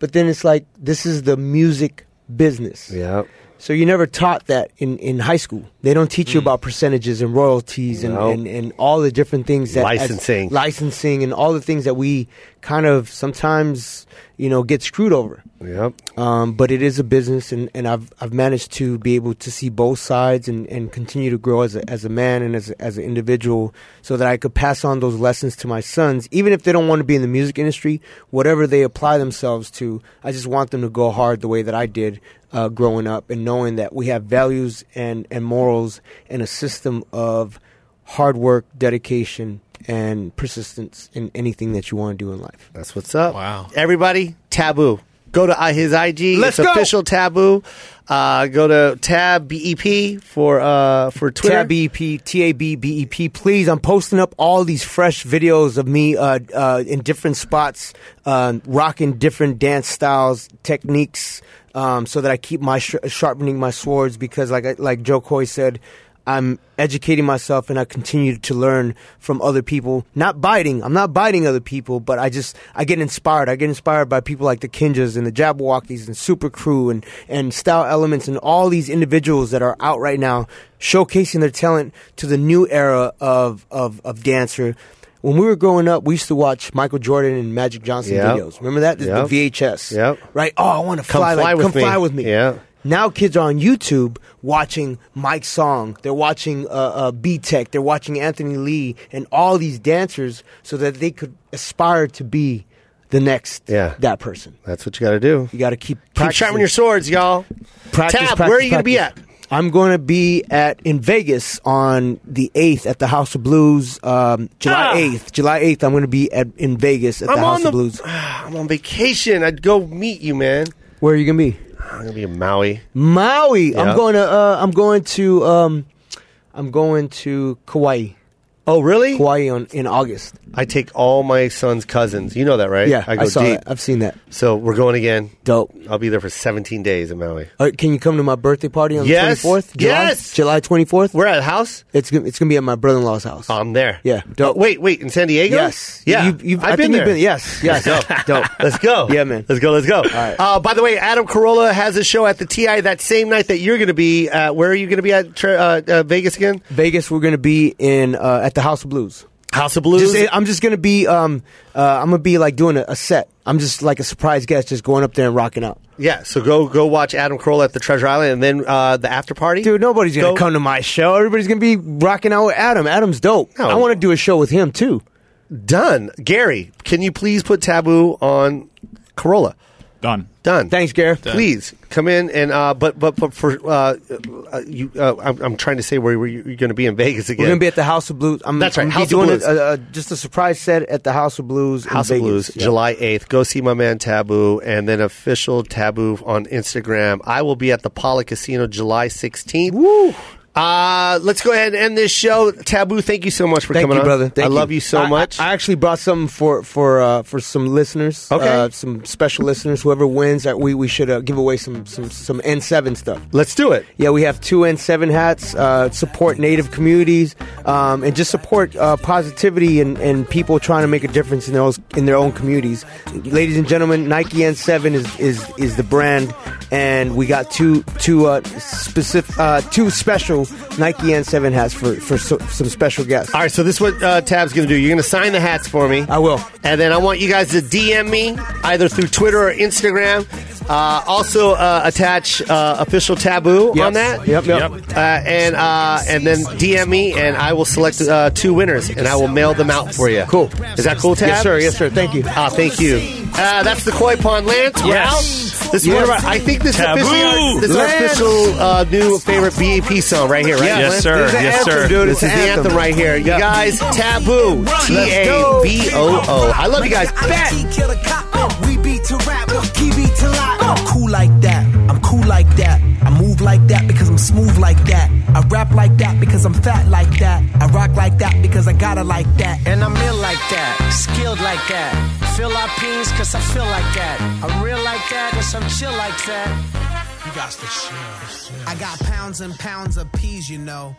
S2: but then it's like this is the music business.
S1: Yeah.
S2: So you never taught that in, in high school. They don't teach you about percentages and royalties and,
S1: Mm. No.
S2: and, and all the different things that as-
S1: Licensing.
S2: licensing and all the things that we kind of sometimes you know get screwed over.
S1: Yep.
S2: Um, but it is a business, and, and I've I've managed to be able to see both sides and, and continue to grow as a, as a man and as a, as an individual, so that I could pass on those lessons to my sons, even if they don't want to be in the music industry. Whatever they apply themselves to, I just want them to go hard the way that I did uh, growing up, and knowing that we have values and and morals and a system of hard work, dedication, and persistence in anything that you want to do in life.
S1: That's what's up.
S2: Wow.
S1: Everybody, taboo. Go to uh, his IG.
S2: Let's
S1: it's
S2: go.
S1: official taboo. Uh, go to tab bep for uh for Twitter.
S2: Tab E BEP, T A B B E P. Please, I'm posting up all these fresh videos of me uh, uh, in different spots, uh, rocking different dance styles, techniques, um, so that I keep my sh- sharpening my swords because, like I- like Joe Coy said. I'm educating myself and I continue to learn from other people. Not biting. I'm not biting other people, but I just, I get inspired. I get inspired by people like the Kinjas and the Jabberwockies and Super Crew and, and Style Elements and all these individuals that are out right now showcasing their talent to the new era of, of, of dancer. When we were growing up, we used to watch Michael Jordan and Magic Johnson
S1: Yep.
S2: videos. Remember that? The-
S1: Yep.
S2: The VHS.
S1: Yep.
S2: Right? Oh, I want to
S1: Come
S2: fly.
S1: fly
S2: like,
S1: with
S2: come
S1: me.
S2: fly with me.
S1: Yeah.
S2: Now kids are on YouTube watching Mike Song. They're watching uh, uh, B Tech. They're watching Anthony Lee and all these dancers so that they could aspire to be the next
S1: Yeah.
S2: that person.
S1: That's what you got to do.
S2: You got to keep
S1: Keep
S2: practicing.
S1: sharpening your swords, y'all.
S2: Practice,
S1: tab.
S2: practice,
S1: where are you going to be at?
S2: practice. I'm going to be at in Vegas on the 8th at the House of Blues, um, July
S1: Ah.
S2: 8th. July 8th, I'm going to be at in Vegas at
S1: I'm
S2: the House
S1: on the
S2: of Blues.
S1: I'm on vacation. I'd go meet you, man.
S2: Where are you going to be?
S1: I'm going to be in Maui.
S2: Maui.
S1: Yeah.
S2: I'm going to. Uh, I'm going to. Um, I'm going to Kauai.
S1: Oh, really?
S2: Hawaii on, in August.
S1: I take all my son's cousins. You know that, right?
S2: Yeah,
S1: I go
S2: I saw
S1: deep.
S2: that. I've seen that.
S1: So we're going again.
S2: Dope.
S1: I'll be there for 17 days in Maui.
S2: Uh, can you come to my birthday party on
S1: Yes.
S2: the 24th? July?
S1: Yes.
S2: July 24th.
S1: We're at a house.
S2: It's gonna, it's gonna be at my brother-in-law's house.
S1: I'm there.
S2: Yeah.
S1: Oh, wait, wait, in San Diego?
S2: Yes.
S1: Yeah.
S2: You- you've-
S1: I've
S2: I
S1: been
S2: think
S1: there.
S2: you've been- yes, yes.
S1: Let's go.
S2: Dope.
S1: Let's go.
S2: Yeah, man.
S1: Let's go. Let's go.
S2: right.
S1: Uh, by the way, Adam Carolla has a show at the TI that same night that you're going to be. Uh, where are you going to be at? Tra- uh, uh, Vegas again?
S2: Vegas. We're gonna be in uh, at the House of Blues.
S1: House of Blues?
S2: Just- I'm just gonna be. Um, uh, I'm gonna be like doing a, a set. I'm just like a surprise guest, just going up there and rocking out.
S1: yeah. So go go watch Adam Carolla at the Treasure Island, and then uh, the after party.
S2: Dude, nobody's gonna
S1: Go-
S2: come to my show. Everybody's gonna be rocking out with Adam. Adam's dope.
S1: No.
S2: I want to do a show with him too.
S1: Done. Gary, can you please put taboo on Corolla?
S16: Done.
S1: Done.
S2: Thanks, Gary.
S1: Please come in and uh, but but but for uh, uh, you, uh, I'm, I'm trying to say where where you- you're going to be in Vegas again.
S2: We're gonna be at the House of Blues. I'm,
S1: That's right,
S2: I'm gonna
S1: House of
S2: be doing
S1: Blues.
S2: A, a, a- just a surprise set at the House of Blues. in
S1: House of
S2: Vegas.
S1: Blues,
S2: Yeah.
S1: July 8th. Go see my man Taboo and then official Taboo on Instagram. I will be at the Paula Casino July 16th. Woo! Uh, let's go ahead and end this show. Taboo, thank you so much for
S2: Thank
S1: coming
S2: you,
S1: on.
S2: brother. Thank
S1: I love you so
S2: I- I-
S1: much.
S2: I, actually brought something for for uh, for some listeners.
S1: Okay.
S2: uh, some special listeners. Whoever wins, uh, we we should uh, give away some some some N7 stuff.
S1: let's do it.
S2: Yeah, we have two N7 hats. Uh, support Native communities um, and just support uh, positivity and, and people trying to make a difference in their own, in their own communities. Ladies and gentlemen, Nike N7 is is, is the brand, and we got two two uh, specific uh, two special Nike N7 hats for for so, some special guests.
S1: All right, so this is what uh, Tab's going to do. You're going to sign the hats for me.
S2: I will.
S1: And then I want you guys to DM me either through Twitter or Instagram. Uh, also uh, attach uh, official taboo
S2: Yep.
S1: on that.
S2: Yep, yep.
S1: Uh, and uh, and then DM me, and I will select uh, two winners, and I will mail them out for you.
S2: Cool.
S1: Is that cool, Tab?
S2: Yes, sir. Yes, sir. Thank you.
S1: Ah, thank you. Uh, that's the Koi Pond Lance. We're
S3: Yes.
S1: out. This is
S2: Yes.
S1: one of our, I think this is
S3: Taboo.
S1: officially our, this is our
S2: Lance.
S1: official uh, new favorite BAP song right here, right?
S3: Yes,
S1: Lance?
S3: sir.
S2: This is the
S3: Yes,
S2: anthem,
S3: sir.
S2: dude.
S1: This
S2: It's
S1: is the anthem, right here. You
S2: Yeah.
S1: guys, taboo. T A B O O. I love you guys.
S14: Bet. Kill the cop. We beat to rap. Key beat to lot. I'm cool like that. I'm cool like that. I move like that because I'm smooth like that. I rap like that because I'm fat like that. I rock like that because I got it like that.
S17: And I'm ill like that, skilled like that. Fill our peas cause I feel like that. I'm real like that, cause I'm chill like that.
S14: You got the shit. I got pounds and pounds of peas, you know.